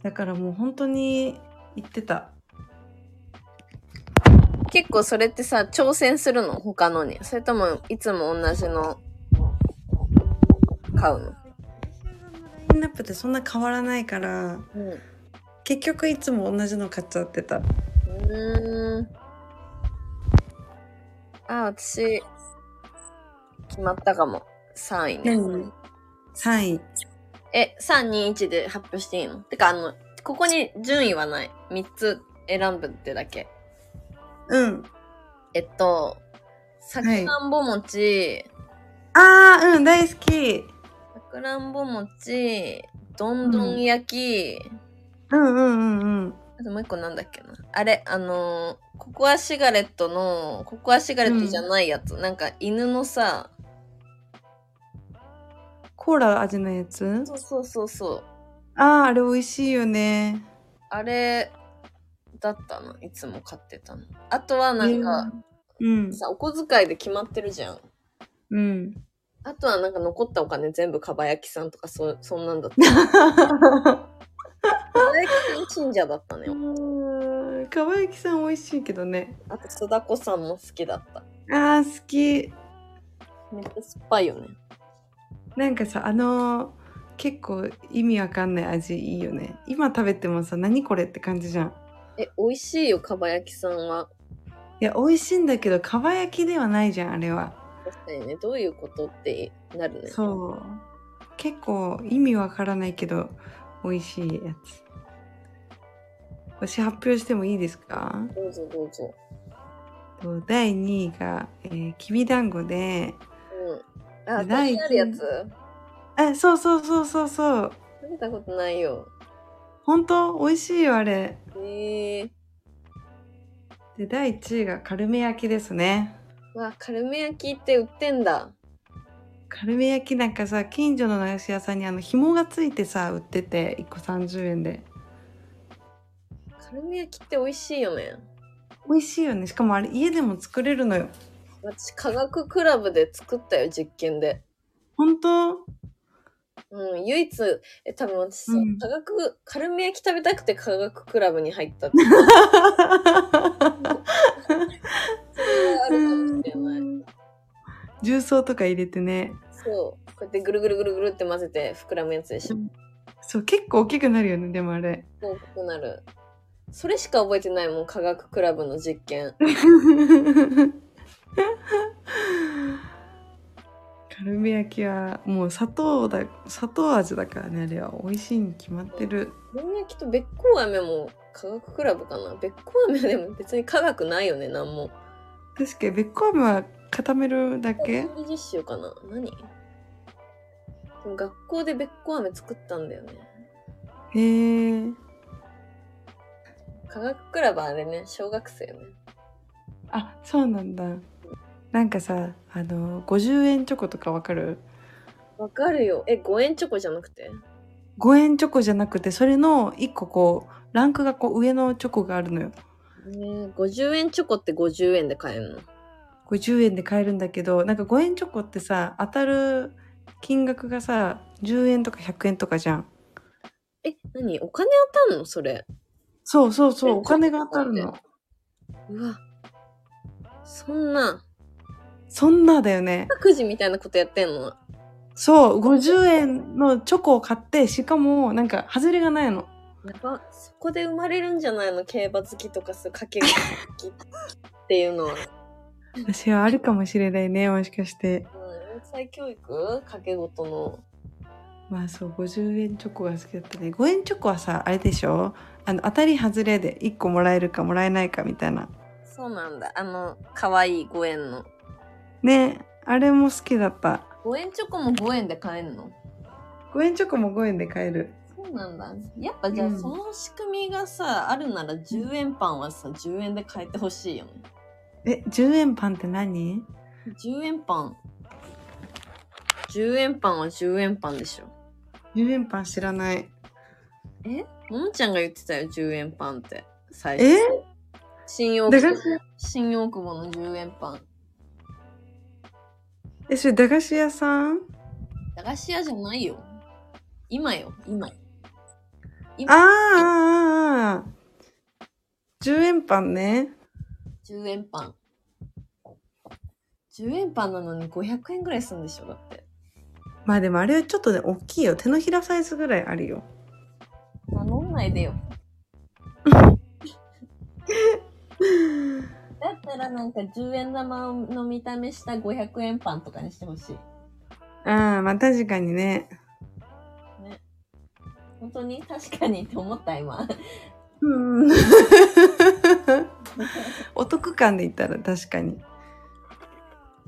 Speaker 1: だからもう本当に行ってた
Speaker 2: 結構それってさ、挑戦するの他のに。それともいつも同じの買うの
Speaker 1: ラインナップってそんな変わらないから
Speaker 2: うん。
Speaker 1: 結局いつも同じの買っちゃってた
Speaker 2: うーん。あ、私、決まったかも。3位ね
Speaker 1: 何。3位
Speaker 2: え、3、2、1で発表していいのてか、あの、ここに順位はない。3つ選ぶってだけ。
Speaker 1: うん
Speaker 2: えっと、さくらんぼ餅、
Speaker 1: ああ、うん、大好き。
Speaker 2: さくらんぼ餅、どんどん焼き、
Speaker 1: うんうんうんうん。
Speaker 2: あともう一個なんだっけな。あれ、あのーココアシガレットの、ココアシガレットじゃないやつ。なんか犬のさ、
Speaker 1: コーラ味のやつ
Speaker 2: そうそうそうそう。
Speaker 1: ああ、あれ美味しいよね。
Speaker 2: あれだったの。いつも買ってたの。あとはなんか、
Speaker 1: うん。
Speaker 2: さ、お小遣いで決まってるじゃん。
Speaker 1: うん。
Speaker 2: あとはなんか残ったお金全部かば焼きさんとかそ、そんなんだった。 かば焼きさん信者だったのよ。
Speaker 1: かばゆきさん美味しいけどね。
Speaker 2: あと、須田子さんも好きだった。
Speaker 1: ああ、好き。
Speaker 2: めっちゃ酸っぱいよね。
Speaker 1: なんかさ、あのー結構意味わかんない味いいよね。今食べてもさ、何これって感じじゃん。
Speaker 2: え、美味しいよ、かば焼きさんは。
Speaker 1: いや、美味しいんだけど、かば焼きではないじゃん、あれは。
Speaker 2: 確かにね、どういうことってなるね。
Speaker 1: そう。結構意味わからないけど、美味しいやつ。私発表してもいいですか
Speaker 2: どうぞどうぞ。
Speaker 1: と第2位が、えーきびだんごで、
Speaker 2: うん。あ、
Speaker 1: 第
Speaker 2: 大
Speaker 1: 一
Speaker 2: あるやつ
Speaker 1: あ、そうそうそうそうそう。
Speaker 2: 食べたことないよ。
Speaker 1: 本当美味しいよ、あれ。
Speaker 2: えー。
Speaker 1: で、第1位がカルメ焼きですね。
Speaker 2: わ、カルメ焼きって売ってんだ。
Speaker 1: カルメ焼きなんかさ、近所の駄菓子屋さんにあの、紐がついてさ、売ってて、1個30円で。
Speaker 2: カルメ焼きって美味しいよね。
Speaker 1: 美味しいよね。しかもあれ、家でも作れるのよ。
Speaker 2: 私、科学クラブで作ったよ、実験で。
Speaker 1: 本当
Speaker 2: うん、唯一、え、多分私さ、
Speaker 1: うん
Speaker 2: 科学、カルメ焼き食べたくて科学クラブに入ったってあるかもしれない。
Speaker 1: 重曹とか入れてね。
Speaker 2: そう。こうやってぐるぐるぐるぐるって混ぜて膨らむやつでしょ。
Speaker 1: そう、結構大きくなるよね、でもあれ。
Speaker 2: 大きくなる。それしか覚えてないもん、科学クラブの実験。
Speaker 1: カルメ焼きはもう砂糖だ砂糖味だからねあれは美味しいに決まってる
Speaker 2: カルメ焼きとべっこう飴も科学クラブかな。べっこう飴はでも別に科学ないよね、なんも。
Speaker 1: 確かにべっこ飴は固めるだけ
Speaker 2: 調理実習かな。何でも学校でべっこう飴作ったんだよね。
Speaker 1: へえ
Speaker 2: 科学クラブあれね、小学生ね。
Speaker 1: あそうなんだなんかさあの50円チョコとかわかる
Speaker 2: わかるよ。え、5円チョコじゃなくて
Speaker 1: 5円チョコじゃなくてそれの1個こうランクがこう上のチョコがあるのよ
Speaker 2: えー、50円チョコって50円で買えるの
Speaker 1: 50円で買えるんだけどなんか5円チョコってさ当たる金額がさ10円とか100円とかじゃん
Speaker 2: え、何お金当たんのそれ。
Speaker 1: そうそうそう
Speaker 2: え
Speaker 1: お金が当たる
Speaker 2: ちょっ
Speaker 1: の
Speaker 2: うわ。そんな、
Speaker 1: そんなだよね
Speaker 2: 各自みたいなことやってんの
Speaker 1: そう50円のチョコを買ってしかもなんか外れがないの
Speaker 2: やば、そこで生まれるんじゃないの競馬好きとかす、かけが好きっていうのは。
Speaker 1: 私はあるかもしれないねもしかして
Speaker 2: うん、英才教育かけごとの。
Speaker 1: まあそう50円チョコが好きだったね5円チョコはさあれでしょあの当たり外れで1個もらえるかもらえないかみたいな
Speaker 2: そうなんだ。あの、かわいい5円の。
Speaker 1: ねあれも好きだった
Speaker 2: 5円チョコも5円で買えんの
Speaker 1: 5円チョコも5円で買える
Speaker 2: そうなんだ。やっぱじゃあ、
Speaker 1: うん
Speaker 2: その仕組みがさ、あるなら10円パンはさ、10円で買えてほしいよね。
Speaker 1: え10円パンって何
Speaker 2: 10円パン。10円パンは10円パンでしょ。
Speaker 1: ?10 円パン知らない
Speaker 2: えももちゃんが言ってたよ、10円パンって。最初。
Speaker 1: え
Speaker 2: 新大
Speaker 1: 駄
Speaker 2: 久
Speaker 1: 菓
Speaker 2: 保
Speaker 1: 子。
Speaker 2: 新大久保の10円パン。
Speaker 1: えそれ駄菓子屋さん
Speaker 2: 駄菓子屋じゃないよ。今よ、今。
Speaker 1: あーあーあー10円パンね
Speaker 2: 10円パン。10円パンなのに500円ぐらいするんでしょ、だって。
Speaker 1: まあでもあれはちょっとね大きいよ手のひらサイズぐらいあるよ
Speaker 2: 名乗んないでよ。だったらなんか10円玉の見た目した500円パンとかにしてほしい。
Speaker 1: ああまあ確かにね
Speaker 2: 本当に確かにって思った今。
Speaker 1: うんお得感で言ったら確かに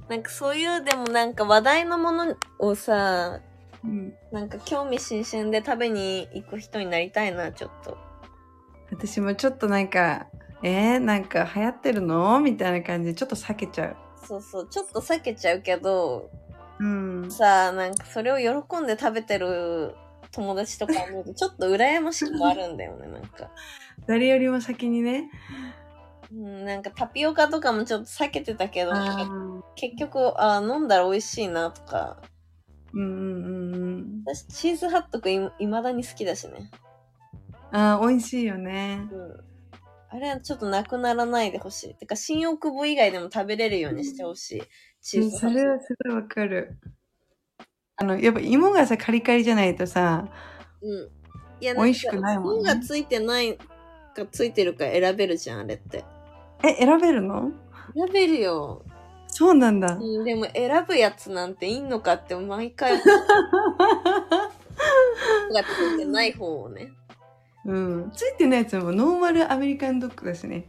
Speaker 2: なんかそういうでもなんか話題のものをさ、
Speaker 1: うん
Speaker 2: なんか興味津々で食べに行く人になりたいな、ちょっと。
Speaker 1: 私もちょっとなんかえー、なんか流行ってるのみたいな感じでちょっと避けちゃう
Speaker 2: そうそう、ちょっと避けちゃうけど、
Speaker 1: うん
Speaker 2: さあなんかそれを喜んで食べてる友達とか見るとちょっと羨ましくもあるんだよね、なんか。
Speaker 1: 誰よりも先にね
Speaker 2: うん、なんかタピオカとかもちょっと避けてたけど、なんか
Speaker 1: うん
Speaker 2: 結局、あー飲んだら美味しいなとか。
Speaker 1: うんうんうん
Speaker 2: 私、チーズハットクいいまだに好きだしね。
Speaker 1: あー美味しいよね
Speaker 2: うん。あれはちょっとなくならないでほしい。てか、新大久保以外でも食べれるようにしてほしい。チーズ
Speaker 1: そ
Speaker 2: ハット
Speaker 1: れ
Speaker 2: ク。
Speaker 1: はすごいわかるあのやっぱ芋がさカリカリじゃないとさ
Speaker 2: うん。いや
Speaker 1: 美味しくないもんね
Speaker 2: なんか本がついてないかついてるか選べるじゃん、あれって。
Speaker 1: え選べるの
Speaker 2: 選べるよ。
Speaker 1: そうなんだ
Speaker 2: うん、でも選ぶやつなんていいのかって毎回本がついてない方をね。
Speaker 1: うんついてないやつもノーマルアメリカンドッグだしね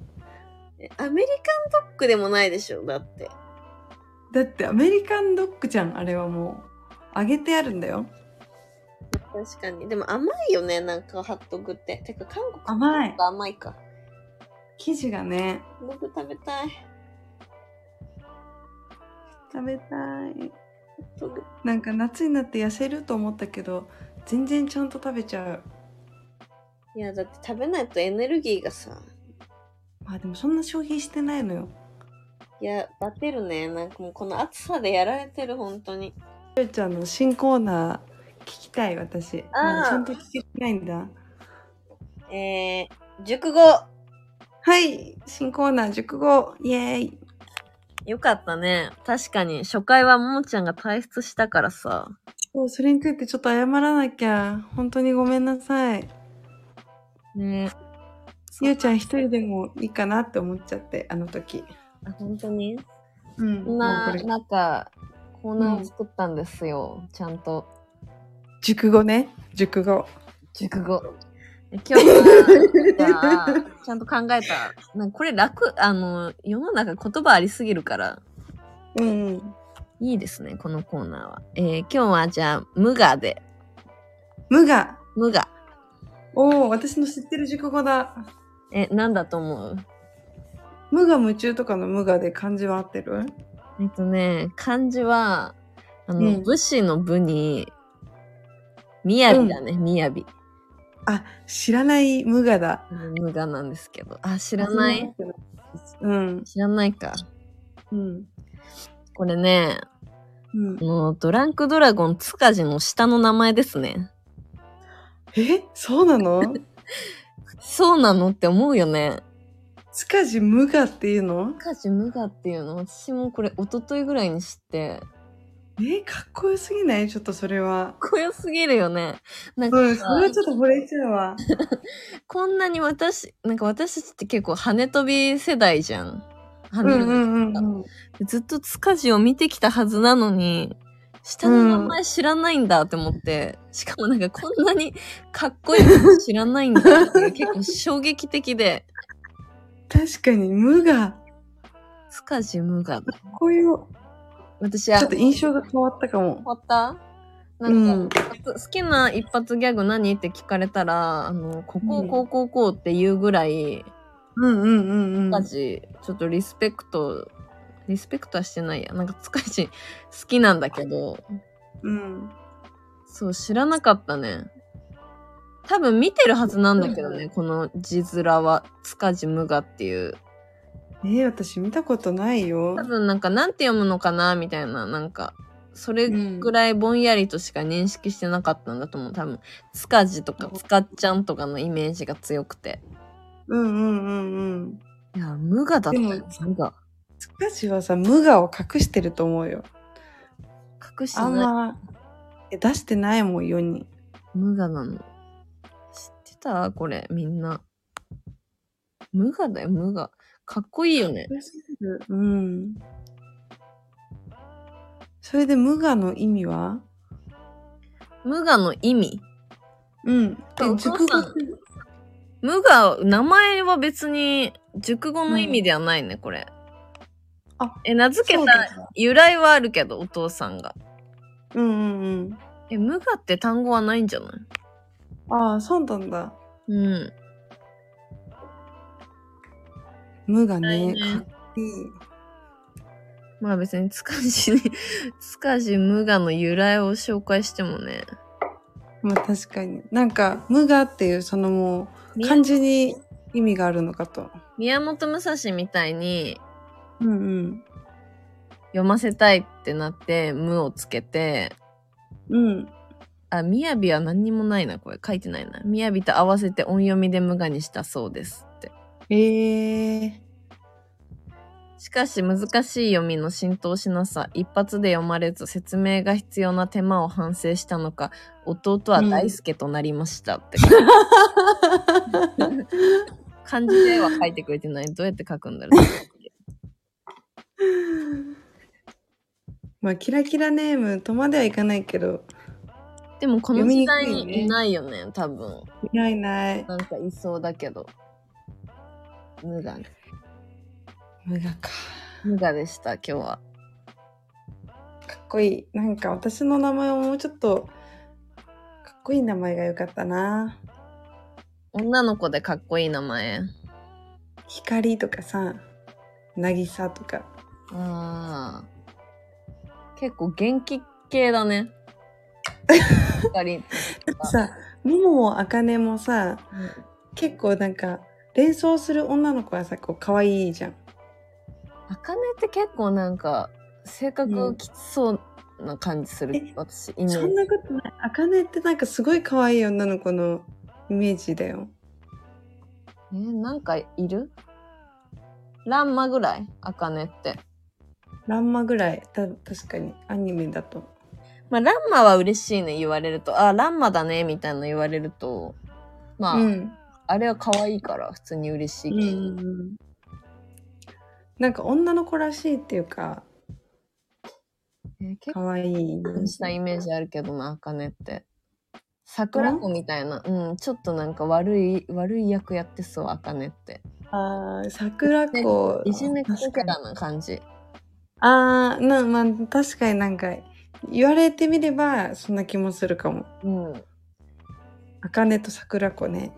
Speaker 2: えアメリカンドッグでもないでしょ、だって。
Speaker 1: だってアメリカンドッグじゃんあれはもう揚げてあるんだよ
Speaker 2: 確かに。でも甘いよね、なんかハットグって。てか韓国
Speaker 1: 甘い
Speaker 2: 甘いか。
Speaker 1: 生地がね
Speaker 2: ハットグ食べたい。ハ
Speaker 1: 食べたい
Speaker 2: ットグ。
Speaker 1: なんか夏になって痩せると思ったけど全然ちゃんと食べちゃう
Speaker 2: いや、だって食べないとエネルギーがさ。
Speaker 1: まあでもそんな消費してないのよ
Speaker 2: いや、バテるね。なんかもうこの暑さでやられてる、本当に。
Speaker 1: ゆうちゃんの新コーナー聞きたい私
Speaker 2: あー
Speaker 1: まだちゃんと聞けてないんだ
Speaker 2: えー、熟語。
Speaker 1: はい新コーナー熟語イエーイ
Speaker 2: よかったね。確かに、初回はももちゃんが退出したからさ。
Speaker 1: そうそれについてちょっと謝らなきゃ本当にごめんなさい
Speaker 2: ね
Speaker 1: ゆうちゃん一人でもいいかなって思っちゃってあの時
Speaker 2: あ、本当に
Speaker 1: うん
Speaker 2: そん
Speaker 1: もう
Speaker 2: な、
Speaker 1: これ
Speaker 2: なんか、コーナーを作ったんですよ。ちゃんと。
Speaker 1: 熟語ね熟語
Speaker 2: 熟語。え今日は、じゃあちゃんと考え た。なんかこれ楽、あの、世の中言葉ありすぎるから、
Speaker 1: うん
Speaker 2: いいですね、このコーナーは。えー今日はじゃあ、無我で。
Speaker 1: 無我
Speaker 2: 無我。
Speaker 1: おお私の知ってる熟語だ
Speaker 2: え、なんだと思う
Speaker 1: 無我夢中とかの無我で漢字は合ってる
Speaker 2: えっとね、漢字は、あの、
Speaker 1: うん
Speaker 2: 武士の武に、雅だね、雅。
Speaker 1: 知らない無我だ
Speaker 2: 無我なんですけど。あ、知
Speaker 1: 知
Speaker 2: らない
Speaker 1: うん
Speaker 2: 知らないか。
Speaker 1: うん
Speaker 2: これね、
Speaker 1: うん
Speaker 2: あ、の、ドランクドラゴンツカジの下の名前ですね。
Speaker 1: えそうなの
Speaker 2: そうなのって思うよね。
Speaker 1: 塚地無我っていうの
Speaker 2: ツカジ無我っていうの、私もこれ一昨日ぐらいに知って、
Speaker 1: えかっこよすぎないちょっとそれは。
Speaker 2: かっこよすぎるよね。なんか、
Speaker 1: うん、それはちょっと惚れちゃうわ。
Speaker 2: こんなに私、なんか私たちって結構羽飛び世代じゃん。羽
Speaker 1: うん
Speaker 2: 飛び
Speaker 1: うんうんうん。
Speaker 2: ずっとツカジを見てきたはずなのに、下の名前知らないんだって思って、しかもなんかこんなにかっこいいの知らないんだっていう結構衝撃的で、
Speaker 1: 確かに無我。か
Speaker 2: ツカジ無我だ。
Speaker 1: っこよ。
Speaker 2: 私
Speaker 1: ち
Speaker 2: は、
Speaker 1: ょっと
Speaker 2: 終
Speaker 1: 印象が変わったかも。
Speaker 2: わったなんか、好きな一発ギャグ何って聞かれたら、あの、ここ
Speaker 1: う
Speaker 2: を
Speaker 1: ん
Speaker 2: こうこうこうって言うぐらい、
Speaker 1: うんうんうんうん。
Speaker 2: ツカジ、ちょっとリスペクト、リスペクトはしてないや。なんかツカジ好きなんだけど、
Speaker 1: うん。
Speaker 2: そう、知らなかったね。多分見てるはずなんだけどね、この字面は、つかじむがっていう。
Speaker 1: えー、私見たことないよ
Speaker 2: 多。分なんか、なんて読むのかなみたいな、なんか、それぐらいぼんやりとしか認識してなかったんだと思う。多分、つかじとかつかっちゃんとかのイメージが強くて。
Speaker 1: うんうんうんうん。
Speaker 2: いや、無我だった
Speaker 1: で
Speaker 2: よ
Speaker 1: も、
Speaker 2: 無我。
Speaker 1: 塚地はさ、無我を隠してると思うよ。
Speaker 2: 隠して
Speaker 1: あん
Speaker 2: ない。
Speaker 1: ま、え出してないもん、世に。
Speaker 2: 無我なの。知ってたこれ、みんな。無我だよ、無我。かっこいいよね。
Speaker 1: うん。それで無我の意味は
Speaker 2: 無我の意味。
Speaker 1: うん。
Speaker 2: お
Speaker 1: え、
Speaker 2: 父
Speaker 1: 熟語
Speaker 2: さん無我、名前は別に熟語の意味ではないね、これ。
Speaker 1: あ
Speaker 2: え、名付けた由来はあるけど、お父さんが。
Speaker 1: うんうんうん。
Speaker 2: え、無我って単語はないんじゃない
Speaker 1: ああ、そうなんだ。
Speaker 2: うん。
Speaker 1: 無我
Speaker 2: ない
Speaker 1: ね。
Speaker 2: ね
Speaker 1: かっこいい。
Speaker 2: まあ別に、つかじに、 つかじ無我の由来を紹介してもね。
Speaker 1: まあ確かに。なんか、無我っていう、そのもう、漢字に意味があるのかと。
Speaker 2: 宮本武蔵みたいに
Speaker 1: うんうん。
Speaker 2: 読ませたいってなって、無をつけて、
Speaker 1: うん。
Speaker 2: あ、みやびは何にもないな、これ。書いてないな。みやびと合わせて音読みで無我にしたそうですって。
Speaker 1: ええ
Speaker 2: しかし難しい読みの浸透しなさ、一発で読まれず説明が必要な手間を反省したのか、弟は大輔となりましたって。漢字では書いてくれてない。どうやって書くんだろう。
Speaker 1: まあ、キラキラネームとまではいかないけど、
Speaker 2: でもこの時代
Speaker 1: 読みにくいね
Speaker 2: にいないよね、多分。
Speaker 1: いないいない。
Speaker 2: なんかいそうだけど。無我。
Speaker 1: 無我か。
Speaker 2: 無我でした、今日は。
Speaker 1: かっこいい。なんか私の名前をもうちょっと、かっこいい名前が良かったな。
Speaker 2: 女の子でかっこいい名前。
Speaker 1: 光とかさ、渚とか。
Speaker 2: あー結構元気系だね。光と か
Speaker 1: さ、もももあかねもさ、
Speaker 2: うん
Speaker 1: 結構なんか、連想する女の子はさ、こう、可愛いじゃん。
Speaker 2: あかねって結構なんか性格きつそうな感じする、
Speaker 1: うんえ
Speaker 2: 私イメージ
Speaker 1: そんなことない。あかねってなんかすごい可愛い女の子のイメージだよ。
Speaker 2: えなんかいるランマぐらいあかねって
Speaker 1: ランマぐらい。た確かに、アニメだと。
Speaker 2: まあランマは嬉しいね言われるとあランマだねみたいなの言われるとまあ、
Speaker 1: うん。
Speaker 2: あれは可愛いから普通に嬉しいけど、
Speaker 1: うんなんか女の子らしいっていうか
Speaker 2: え結
Speaker 1: 可愛い
Speaker 2: 構したイメージあるけどなあかねって桜子みたいなうんちょっとなんか悪い悪い役やってそうあかねって
Speaker 1: あー桜子
Speaker 2: いじめっ子キャ
Speaker 1: 確か
Speaker 2: ラな感じ
Speaker 1: にあーなまあ確かになんか言われてみればそんな気もするかも
Speaker 2: うん
Speaker 1: あかねと桜子ね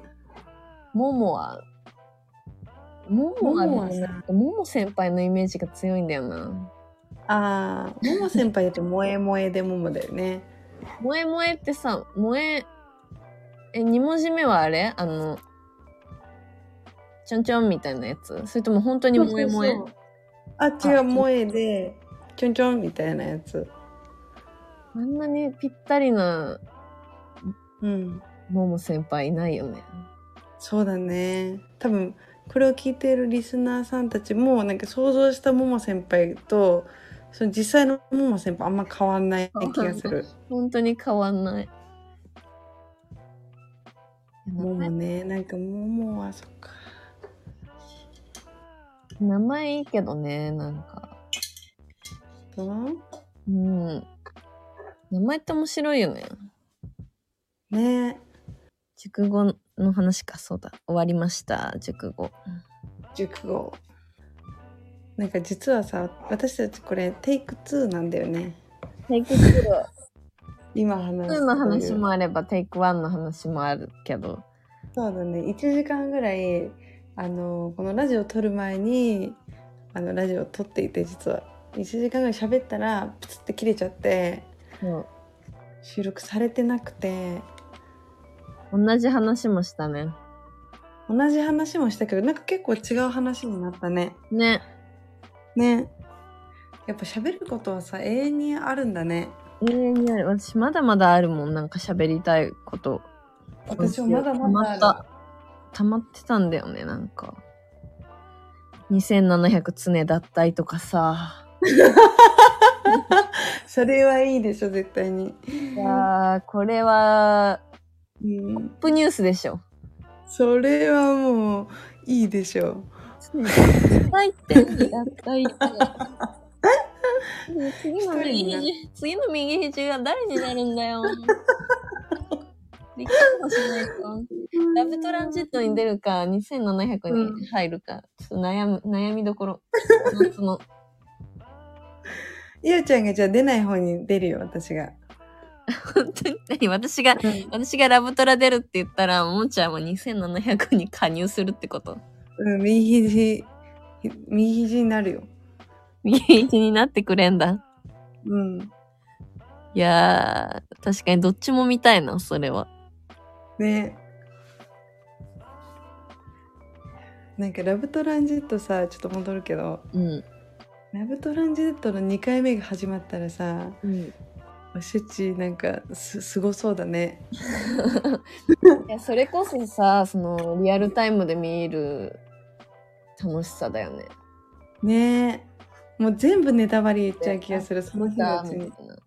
Speaker 2: ももは、ももは
Speaker 1: ももは
Speaker 2: ね、なんかもも先輩のイメージが強いんだよな。
Speaker 1: あーもも先輩って萌え萌えでももだよね
Speaker 2: 萌え萌えってさ、萌え、え、2文字目はあれあの、ちょんちょんみたいなやつそれとも本当に萌え萌え
Speaker 1: そうそうそうあ違う萌えでちょんちょんみたいなやつ
Speaker 2: あんなにぴったりな
Speaker 1: うん。
Speaker 2: もも先輩いないよね。
Speaker 1: そうだね。多分、これを聞いているリスナーさんたちも、なんか想像したもも先輩と、その実際のもも先輩あんま変わんない気がする。
Speaker 2: 本当に変わんない。
Speaker 1: も
Speaker 2: 名
Speaker 1: も
Speaker 2: 前
Speaker 1: ね、なんかももはそっか。
Speaker 2: 名前いいけどね、なんか。
Speaker 1: そう
Speaker 2: うん。名前って面白いよね。
Speaker 1: ね
Speaker 2: 熟語の話か、そうだ。終わりました、熟語。
Speaker 1: 熟語。なんか実はさ、私たちこれテイク2なんだよね。
Speaker 2: テイク2
Speaker 1: 今話す
Speaker 2: の話もあれば、テイク1の話もあるけど。
Speaker 1: そうだね1時間ぐらいあのこのラジオ撮る前にあのラジオ撮っていて実は1時間ぐらい喋ったらプツって切れちゃって
Speaker 2: そう
Speaker 1: 収録されてなくて
Speaker 2: 同じ話もしたね。
Speaker 1: 同じ話もしたけどなんか結構違う話になったね
Speaker 2: ね。
Speaker 1: ねやっぱ喋ることはさ永遠にあるんだね
Speaker 2: 永遠にある。私、まだまだあるもん。なんか喋りたいこと。
Speaker 1: 私もまだまだある
Speaker 2: 溜まった。溜まってたんだよね、なんか。2700常脱退とかさ。
Speaker 1: それはいいでしょ絶対に
Speaker 2: いやー、これは、
Speaker 1: うん
Speaker 2: トップニュースでしょ。
Speaker 1: それはもういいでしょ
Speaker 2: 常脱退って、脱退って。 次の右
Speaker 1: 一人に
Speaker 2: 肘、次の右肘が誰になるんだよ。理解もしないと。ラブトランジットに出るか、2700に入るか、ちょっと悩む、悩みどころ。 夏の。
Speaker 1: ゆうちゃんがじゃあ出ない方に出るよ私が
Speaker 2: 本当に何私が、私がラブトラ出るって言ったら、もんちゃんは2700に加入するってこと。
Speaker 1: うん、右肘、ひ右肘になるよ。
Speaker 2: 右肘になってくれんだ。
Speaker 1: うん。
Speaker 2: いやー、確かにどっちも見たいな、それは。
Speaker 1: ね。なんかラブトランジットさ、ちょっと戻るけど、
Speaker 2: うん。
Speaker 1: ラブトランジットの2回目が始まったらさ、
Speaker 2: うん、い
Speaker 1: おせちなんかすすごそうだね。
Speaker 2: やそれこそさ、その、リアルタイムで見る楽しさだよね。
Speaker 1: ねえ。もう全部ネタバレ言っちゃう気がする、その日の
Speaker 2: だ
Speaker 1: う
Speaker 2: み
Speaker 1: ち
Speaker 2: た
Speaker 1: に。
Speaker 2: いな。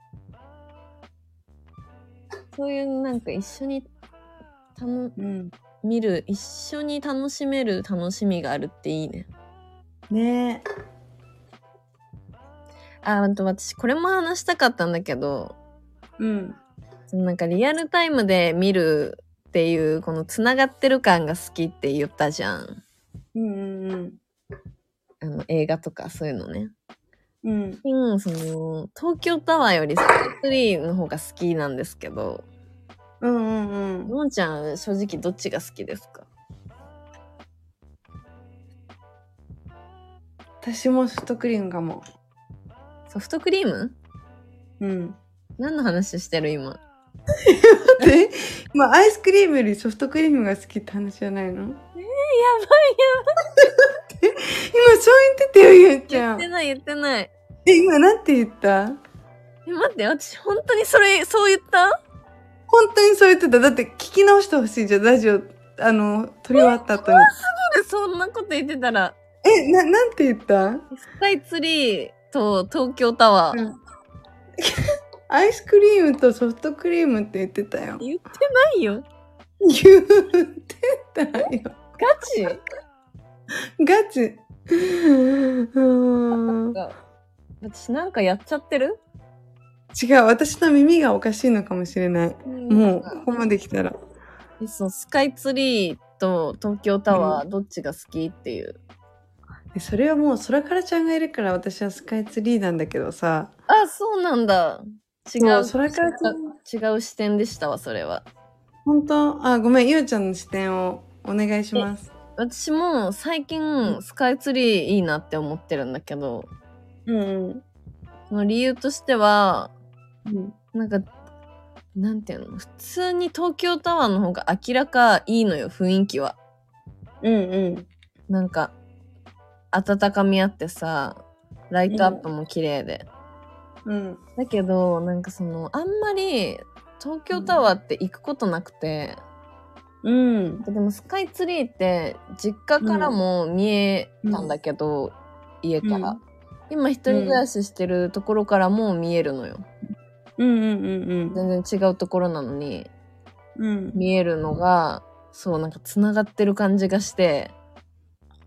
Speaker 2: そういうなんか一緒にたの
Speaker 1: うん。
Speaker 2: 見る一緒に楽しめる楽しみがあるっていいね。
Speaker 1: ね
Speaker 2: ああと私これも話したかったんだけど
Speaker 1: え。うん。
Speaker 2: そのなんかリアルタイムで見るっていうこのつながってる感が好きって言ったじゃん
Speaker 1: うんうんうん。
Speaker 2: あの映画とかそういうのね。
Speaker 1: うん。
Speaker 2: うん、その東京タワーよりスカイツリーの方が好きなんですけど
Speaker 1: うんうんうん。
Speaker 2: のんちゃん正直どっちが好きですか
Speaker 1: 私もソフトクリームかも。
Speaker 2: ソフトクリーム
Speaker 1: うん。
Speaker 2: 何の話してる今
Speaker 1: で、まあ、アイスクリームよりソフトクリームが好きって話じゃないのえやばいやばい。今そう言ってたよ、ゆうち
Speaker 2: 言
Speaker 1: ゃ
Speaker 2: って
Speaker 1: ん。
Speaker 2: ない言ってない
Speaker 1: え、今なんて言った
Speaker 2: え待って私本当にそれそう言った
Speaker 1: 本当にそう言ってた。だって聞き直してほしいじゃん、ラジオ、あの、撮り終わった後に。
Speaker 2: そんなこと言ってたら
Speaker 1: え、な、なんて言った
Speaker 2: スカイツリーと東京タワー、
Speaker 1: うんアイスクリームとソフトクリームって言ってたよ。
Speaker 2: 言ってないよ
Speaker 1: 言ってたよ。
Speaker 2: ガチ
Speaker 1: ガ チ。うん
Speaker 2: 私なんかやっちゃってる、
Speaker 1: 違う、私の耳がおかしいのかもしれない。もう、ここまで来たら。
Speaker 2: えそうスカイツリーと東京タワー、どっちが好きっていう
Speaker 1: でそれはもう空からちゃんがいるから私はスカイツリーなんだけどさ
Speaker 2: あそうなんだ違う
Speaker 1: そう空からちゃん
Speaker 2: 違う視点でしたわそれは
Speaker 1: 本当あごめんゆうちゃんの視点をお願いします
Speaker 2: 私も最近スカイツリーいいなって思ってるんだけど
Speaker 1: うん
Speaker 2: その理由としては
Speaker 1: うん
Speaker 2: なんかなんていうの普通に東京タワーの方が明らかいいのよ雰囲気は
Speaker 1: うんうん
Speaker 2: なんか温かみあってさライトアップも綺麗で、
Speaker 1: うん。
Speaker 2: だけど、なんかその、あんまり東京タワーって行くことなくて、
Speaker 1: うん。
Speaker 2: でもスカイツリーって実家からも見えたんだけど、家から。
Speaker 1: うん
Speaker 2: 今一人暮らししてるところからも見えるのよ。
Speaker 1: うんうんうんうん。
Speaker 2: 全然違うところなのに、
Speaker 1: うん。
Speaker 2: 見えるのが、そう、なんか繋がってる感じがして、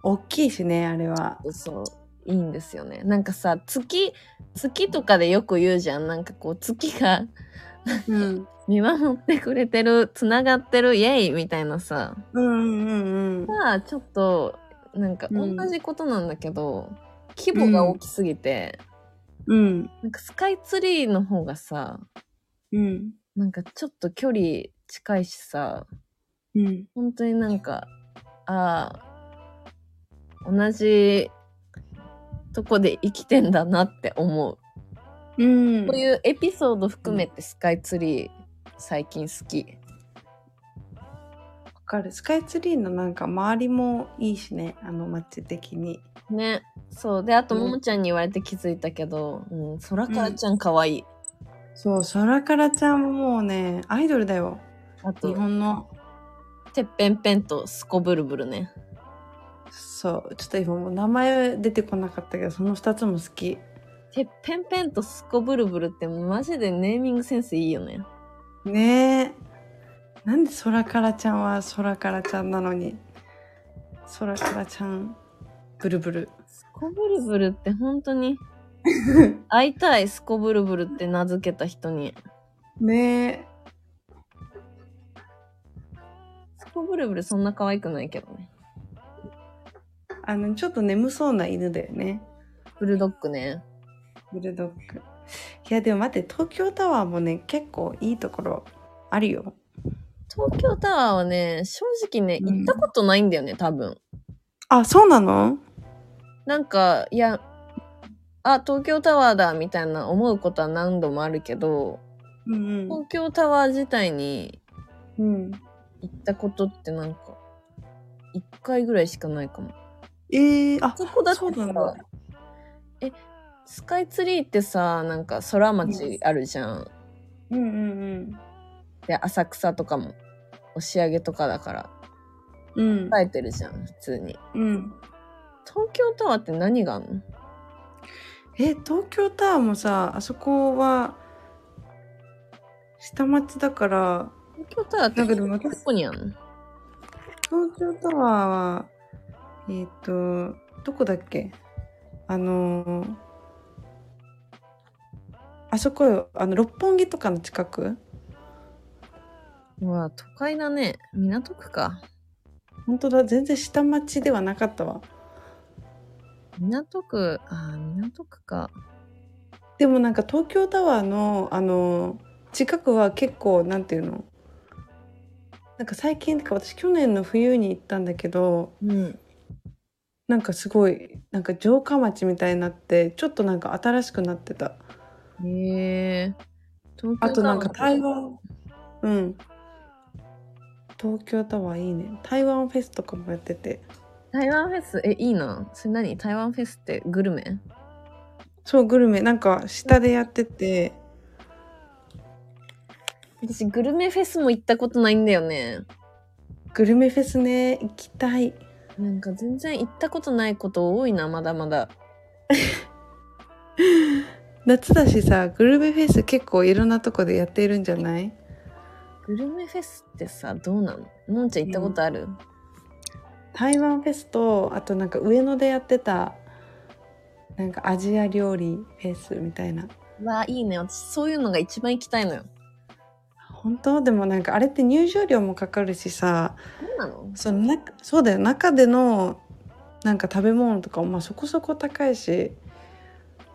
Speaker 1: 大きいしね、あれは。
Speaker 2: そう、いいんですよね。なんかさ、月、月とかでよく言うじゃん。なんかこう、月が
Speaker 1: うん。
Speaker 2: 見守ってくれてる、繋がってる、イェイみたいなさ。
Speaker 1: うんうんうん。
Speaker 2: まあ、ちょっと、なんか
Speaker 1: うん
Speaker 2: 同じことなんだけど、規模が大きすぎて、
Speaker 1: うん。
Speaker 2: なんかスカイツリーの方がさ、
Speaker 1: うん。
Speaker 2: なんかちょっと距離近いしさ、
Speaker 1: うん。
Speaker 2: 本当になんか、ああ、同じとこで生きてんだなって思う。
Speaker 1: うん。
Speaker 2: こういうエピソード含めてスカイツリー、最近好き。
Speaker 1: わかる。スカイツリーのなんか周りもいいしね、あの街的に。
Speaker 2: ね。そう。で、あと、
Speaker 1: うん
Speaker 2: ももちゃんに言われて気づいたけど、うん、空からちゃん可愛い。
Speaker 1: そう、空からちゃんももうね、アイドルだよ。
Speaker 2: あ
Speaker 1: 日
Speaker 2: と、
Speaker 1: 本の。
Speaker 2: てっぺんぺんとすこぶるぶるね。
Speaker 1: そう、ちょっと今もう名前出てこなかったけど、その2つも好き。
Speaker 2: てっぺんぺんとすこぶるぶるってマジでネーミングセンスいいよね。
Speaker 1: ねえ。なんで空からちゃんは空からちゃんなのに。空からちゃん、ブル ブル。
Speaker 2: すこぶるぶるって本当に会いたいすこぶるぶるって名付けた人に。
Speaker 1: ねえ。
Speaker 2: すこぶるぶるそんな可愛くないけどね。
Speaker 1: あの、ちょっと眠そうな犬だよね。
Speaker 2: ブルドッグね。
Speaker 1: ブルドッグ。いや、でも待って、東京タワーもね、結構いいところあるよ。
Speaker 2: 東京タワーはね、正直ね、
Speaker 1: うん
Speaker 2: 行ったことないんだよね、多分。
Speaker 1: あ、そうなの
Speaker 2: なんか、いや、あ、東京タワーだ、みたいな思うことは何度もあるけど、
Speaker 1: うんうん
Speaker 2: 東京タワー自体に
Speaker 1: うん。
Speaker 2: 行ったことってなんか、一回ぐらいしかないかも。
Speaker 1: ええあ、
Speaker 2: そこだって
Speaker 1: そうなん
Speaker 2: さ
Speaker 1: だ、
Speaker 2: え、スカイツリーってさ、なんか空町あるじゃん。
Speaker 1: うんうん
Speaker 2: で、浅草とかも、押上とかだから、
Speaker 1: うん。うん。
Speaker 2: 生えてるじゃん、普通に。
Speaker 1: うん。
Speaker 2: 東京タワーって何があんの
Speaker 1: え、東京タワーもさ、あそこは、下町だから、
Speaker 2: 東京タワーって
Speaker 1: なんかでも私
Speaker 2: どこにあんの
Speaker 1: 東京タワーは、えっ、と、どこだっけあのーあそこよ、あの、六本木とかの近く
Speaker 2: うわ、都会だね。港区か。
Speaker 1: 本当だ、全然下町ではなかったわ。
Speaker 2: 港区、ああ、港区か。
Speaker 1: でもなんか東京タワーのあの近くは結構なんていうのなんか最近てか私去年の冬に行ったんだけど
Speaker 2: うん。
Speaker 1: なんかすごいなんか城下町みたいになってちょっとなんか新しくなってた
Speaker 2: へえ。東京タワー
Speaker 1: あとなんか台湾うん東京タワーいいね台湾フェスとかもやってて
Speaker 2: 台湾フェス、え、いいな。それ何台湾フェスってグルメ
Speaker 1: そうグルメなんか下でやってて
Speaker 2: 私、グルメフェスも行ったことないんだよね。
Speaker 1: グルメフェスね行きたい
Speaker 2: なんか全然行ったことないこと多いな、まだまだ。
Speaker 1: 夏だしさグルメフェス結構いろんなとこでやっているんじゃない
Speaker 2: グルメフェスってさ、どうなののんちゃん行ったことある、
Speaker 1: 台湾フェスとあとなんか上野でやってたなんかアジア料理フェスみたいな
Speaker 2: うわあ、いいね。私、そういうのが一番行きたいのよ。
Speaker 1: 本当でもなんかあれって入場料もかかるしさ
Speaker 2: そうなの
Speaker 1: その中そうだよ中でのなんか食べ物とかもまあそこそこ高いし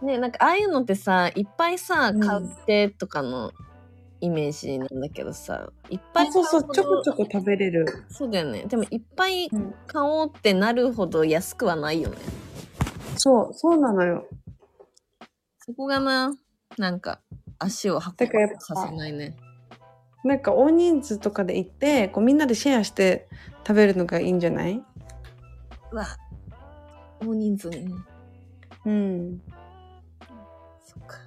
Speaker 2: ねなんかああいうのってさ、いっぱいさ、
Speaker 1: うん
Speaker 2: 買ってとかのイメージなんだけどさ、いっぱい
Speaker 1: そうそう
Speaker 2: 買ほど
Speaker 1: ちょこちょこ食べれる、
Speaker 2: そうだよね。でも、いっぱい
Speaker 1: うん
Speaker 2: 買おうってなるほど安くはないよね。
Speaker 1: そうそうなのよ
Speaker 2: そこがな、なんか、足を運
Speaker 1: だからやっぱ
Speaker 2: ばさせないね。
Speaker 1: なんか大人数とかで行ってこうみんなでシェアして食べるのがいいんじゃないう
Speaker 2: わ、大人数ね。
Speaker 1: うん
Speaker 2: そっか。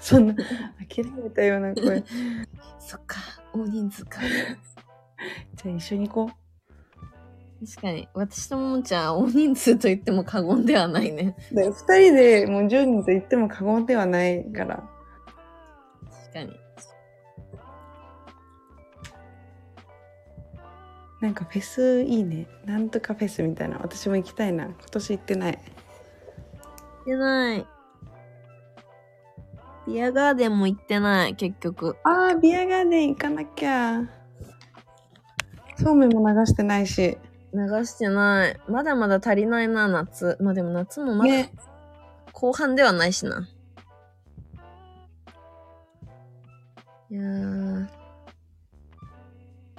Speaker 1: そんな、諦めたような 声。じ
Speaker 2: そっか、大人数か。
Speaker 1: ゃあ一緒に行こ
Speaker 2: 確かに、私とももちゃん、大人数と言っても過言ではないね。
Speaker 1: う。で、二人でもう10人と言っても過言ではないから。
Speaker 2: 確かに。
Speaker 1: なんかフェスいいね。なんとかフェスみたいな。私も行きたいな。今年行ってない。
Speaker 2: 行ってない。ビアガーデンも行ってない、結局。
Speaker 1: あー、ビアガーデン行かなきゃ。そうめんも流してないし。
Speaker 2: 流してない。まだまだ足りないな、夏。まあでも夏もまだ
Speaker 1: ね。
Speaker 2: 後半ではないしな。いやー。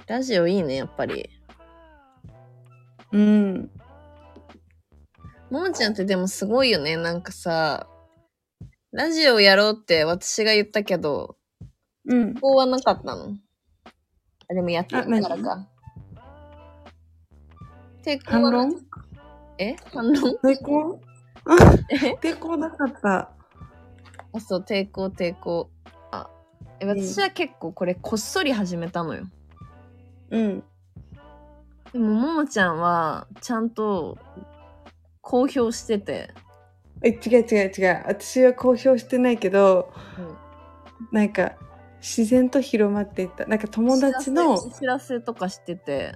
Speaker 2: ラジオいいね、やっぱり。
Speaker 1: うん。
Speaker 2: ももちゃんってでもすごいよね。なんかさ、ラジオやろうって私が言ったけど、
Speaker 1: うん。
Speaker 2: こうはなかったの。あ、でもやってるから
Speaker 1: あ
Speaker 2: か。抵抗
Speaker 1: 反
Speaker 2: はな
Speaker 1: 論
Speaker 2: え反論
Speaker 1: 抵抗
Speaker 2: え
Speaker 1: 抵抗なかった。
Speaker 2: あ、そう、抵抗、抵抗。あ、え私は結構これこっそり始めたのよ。
Speaker 1: うん。
Speaker 2: でも、ももちゃんは、ちゃんと、公表してて。
Speaker 1: え、違う違う違う。私は公表してないけど、
Speaker 2: うん
Speaker 1: なんか、自然と広まっていった。なんか友達の
Speaker 2: お知らせお知らせとかしてて、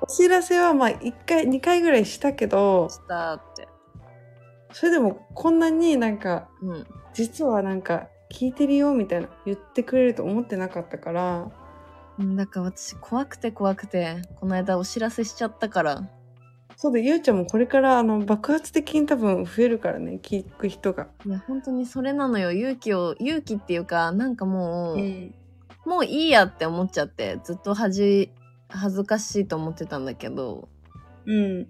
Speaker 1: お知らせはまあ1回、2回ぐらいしたけど、
Speaker 2: したって。
Speaker 1: それでもこんなになんか、
Speaker 2: うん。
Speaker 1: 実はなんか、聞いてるよみたいな言ってくれると思ってなかったから、
Speaker 2: うんだから私怖くて怖くてこの間お知らせしちゃったから
Speaker 1: そうで、ゆうちゃんもこれからあの爆発的に多分増えるからね、聞く人が。
Speaker 2: いや本当にそれなのよ勇気を勇気っていうかなんかもう、
Speaker 1: ん。
Speaker 2: もういいやって思っちゃってずっと恥恥ずかしいと思ってたんだけど
Speaker 1: うん。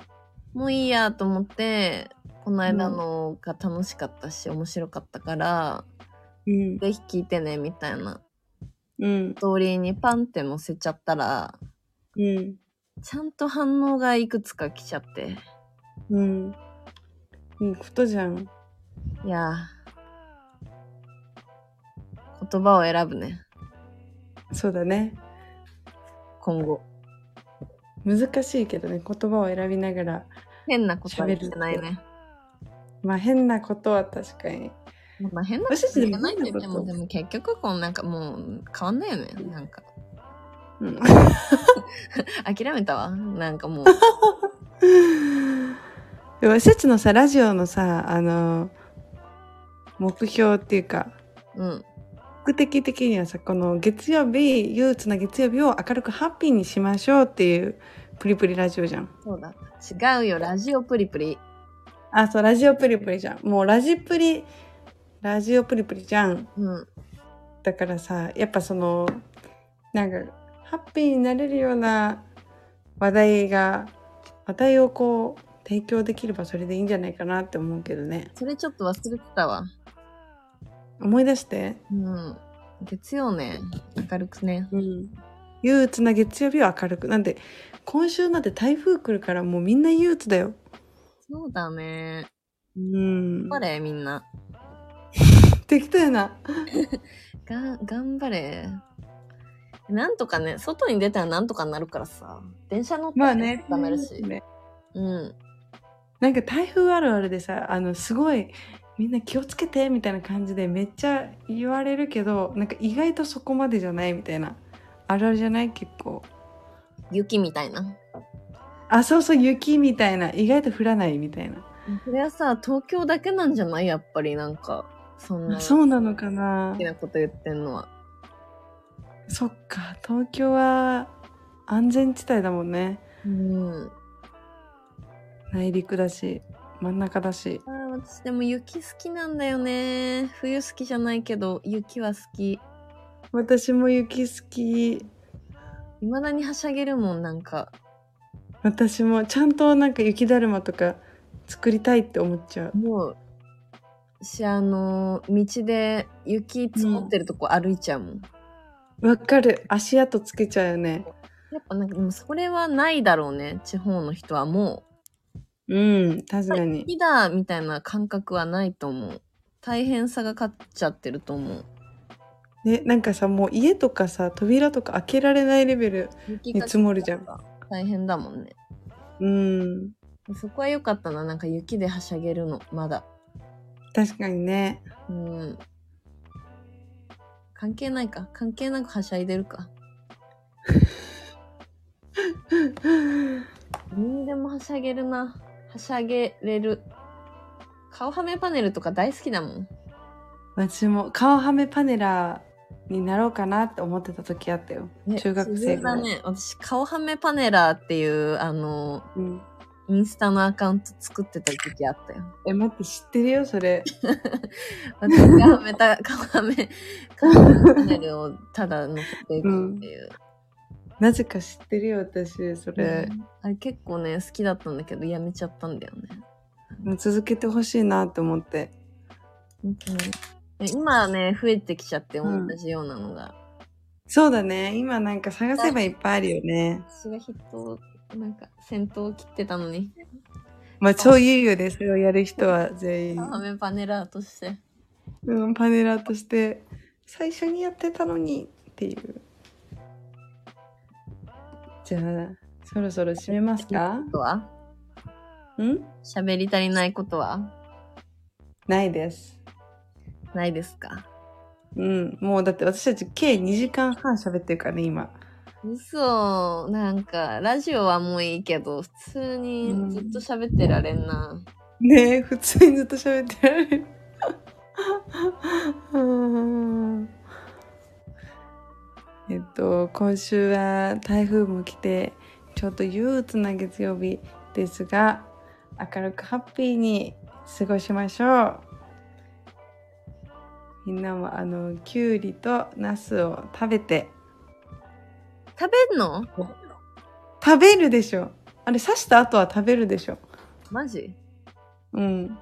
Speaker 2: もういいやと思ってこの間のが楽しかったし、面白かったから
Speaker 1: うん。
Speaker 2: ぜひ聞いてねみたいな
Speaker 1: うん
Speaker 2: ス。トーリーにパンって載せちゃったら
Speaker 1: うん。
Speaker 2: ちゃんと反応がいくつか来ちゃって
Speaker 1: うん。いいことじゃん。
Speaker 2: いやー言葉を選ぶね
Speaker 1: そうだね。
Speaker 2: 今後
Speaker 1: 難しいけどね、言葉を選びながら。
Speaker 2: 変なことは言ってないね
Speaker 1: まあ変なことは確かに。
Speaker 2: まあ変なこと
Speaker 1: 私たちで
Speaker 2: は言って
Speaker 1: も
Speaker 2: ないけどで
Speaker 1: 変なこ
Speaker 2: も
Speaker 1: と
Speaker 2: でも結局こうなんかもう変わんないよねなんか
Speaker 1: うん。
Speaker 2: 諦めたわなん かもう
Speaker 1: でも私たちのさ、ラジオのさ、あの、目標っていうか、
Speaker 2: うん
Speaker 1: 目的的にはさ、この月曜日、憂鬱な月曜日を明るくハッピーにしましょうっていうプリプリラジオじゃん。
Speaker 2: そうだ違うよラジオプリプリ
Speaker 1: あ、そう、ラジオプリプリじゃん。もうラジプリ、ラジオプリプリじゃん。
Speaker 2: うん
Speaker 1: だからさやっぱそのなんかハッピーになれるような話題が話題をこう提供できればそれでいいんじゃないかなって思うけどね
Speaker 2: それちょっと忘れてたわ
Speaker 1: 思い出して、
Speaker 2: うん月曜ね明るくね
Speaker 1: うん、憂鬱な月曜日は明るくなんで今週なんて台風来るからもうみんな憂鬱だよ
Speaker 2: そうだね
Speaker 1: うん
Speaker 2: 頑張れみんな
Speaker 1: 適当やな
Speaker 2: が頑張れなんとかね外に出たらなんとかなるからさ電車乗った
Speaker 1: まあ
Speaker 2: ら
Speaker 1: ね
Speaker 2: ダメるし、
Speaker 1: ね
Speaker 2: うん
Speaker 1: なんか台風あるあるでさあのすごいみんな気をつけてみたいな感じでめっちゃ言われるけどなんか意外とそこまでじゃないみたいなあるあるじゃない結構
Speaker 2: 雪みたいな
Speaker 1: あそうそう雪みたいな意外と降らないみたいな、
Speaker 2: それはさ東京だけなんじゃないやっぱりなんかそんな
Speaker 1: あそう
Speaker 2: 好
Speaker 1: なのかな
Speaker 2: きなこと言ってんのは
Speaker 1: そっか東京は安全地帯だもんね
Speaker 2: うん
Speaker 1: 内陸だし真ん中だし
Speaker 2: あー私でも雪好きなんだよね冬好きじゃないけど雪は好き
Speaker 1: 私も雪好き
Speaker 2: 未だにはしゃげるもんなんか
Speaker 1: 私もちゃんとなんか雪だるまとか作りたいって思っちゃう
Speaker 2: もうしあの道で雪積もってるとこ歩いちゃうもん、
Speaker 1: わかる足跡つけちゃうよね
Speaker 2: やっぱなんかでもそれはないだろうね地方の人はも
Speaker 1: うん、確
Speaker 2: う
Speaker 1: かに。
Speaker 2: 雪だみたいな感覚はないと思う大変さが勝っちゃってると思う
Speaker 1: ね、なんかさもう家とかさ扉とか開けられないレベル
Speaker 2: 雪
Speaker 1: 見
Speaker 2: かき
Speaker 1: 積もるじゃん
Speaker 2: 大変だもんね。
Speaker 1: うん
Speaker 2: そこは良かったな。なんか雪ではしゃげるの、まだ。
Speaker 1: 確かにね
Speaker 2: うん。関係ないか。関係なくはしゃいでるか。何でもはしゃげるな。はしゃげれる。顔はめパネルとか大好きだもん。
Speaker 1: 私も顔はめパネラーになろうかなって思ってた時あったよ、
Speaker 2: ね
Speaker 1: 中学生
Speaker 2: 自分
Speaker 1: ぐら
Speaker 2: が
Speaker 1: い、
Speaker 2: ね、私、顔はめパネラーっていう、あの、
Speaker 1: うん、
Speaker 2: インスタのアカウント作ってた時期あったよ。
Speaker 1: え待って知ってるよそれ
Speaker 2: 私がはめた、顔はめ、顔はめパネルをただ載せていくっていう。
Speaker 1: なぜか知ってるよ私それ
Speaker 2: う、んあれ結構ね、好きだったんだけど、やめちゃったんだよね。
Speaker 1: もう続けてほしいなって思って
Speaker 2: 本当にね今ね、増えてきちゃって、同
Speaker 1: うん
Speaker 2: じようなのが。
Speaker 1: そうだね今なんか探せばいっぱいあるよね
Speaker 2: 私が筆頭、なんか、先頭を切ってたのに、
Speaker 1: まあ超優よねそれをやる人は全員
Speaker 2: 顔はめパネラーとして。
Speaker 1: うん、パネラーとして最初にやってたのにっていうじゃあそろそろ締めますか
Speaker 2: あとは
Speaker 1: ん
Speaker 2: 喋り足りないことは
Speaker 1: ないです
Speaker 2: ないですか
Speaker 1: うんもうだって私たち計2時間半喋ってるからね今
Speaker 2: 嘘なんかラジオはもういいけど普通に
Speaker 1: うん
Speaker 2: ずっと喋ってられんな、
Speaker 1: ねえ普通にずっと喋ってられる うーんえっと今週は台風も来てちょっと憂鬱な月曜日ですが明るくハッピーに過ごしましょうみんなもあのきゅうりとナスを食べて
Speaker 2: 食べんの
Speaker 1: 食べるでしょあれ刺した後は食べるでしょ
Speaker 2: マジ
Speaker 1: うん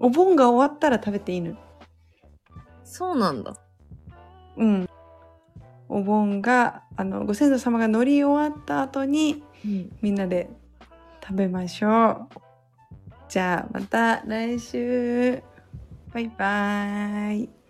Speaker 1: お盆が終わったら食べていいの
Speaker 2: そうなんだ
Speaker 1: うん。お盆が、あの、ご先祖様が乗り終わった後に、
Speaker 2: うん
Speaker 1: みんなで食べましょう。じゃあ、また来週。バイバーイ。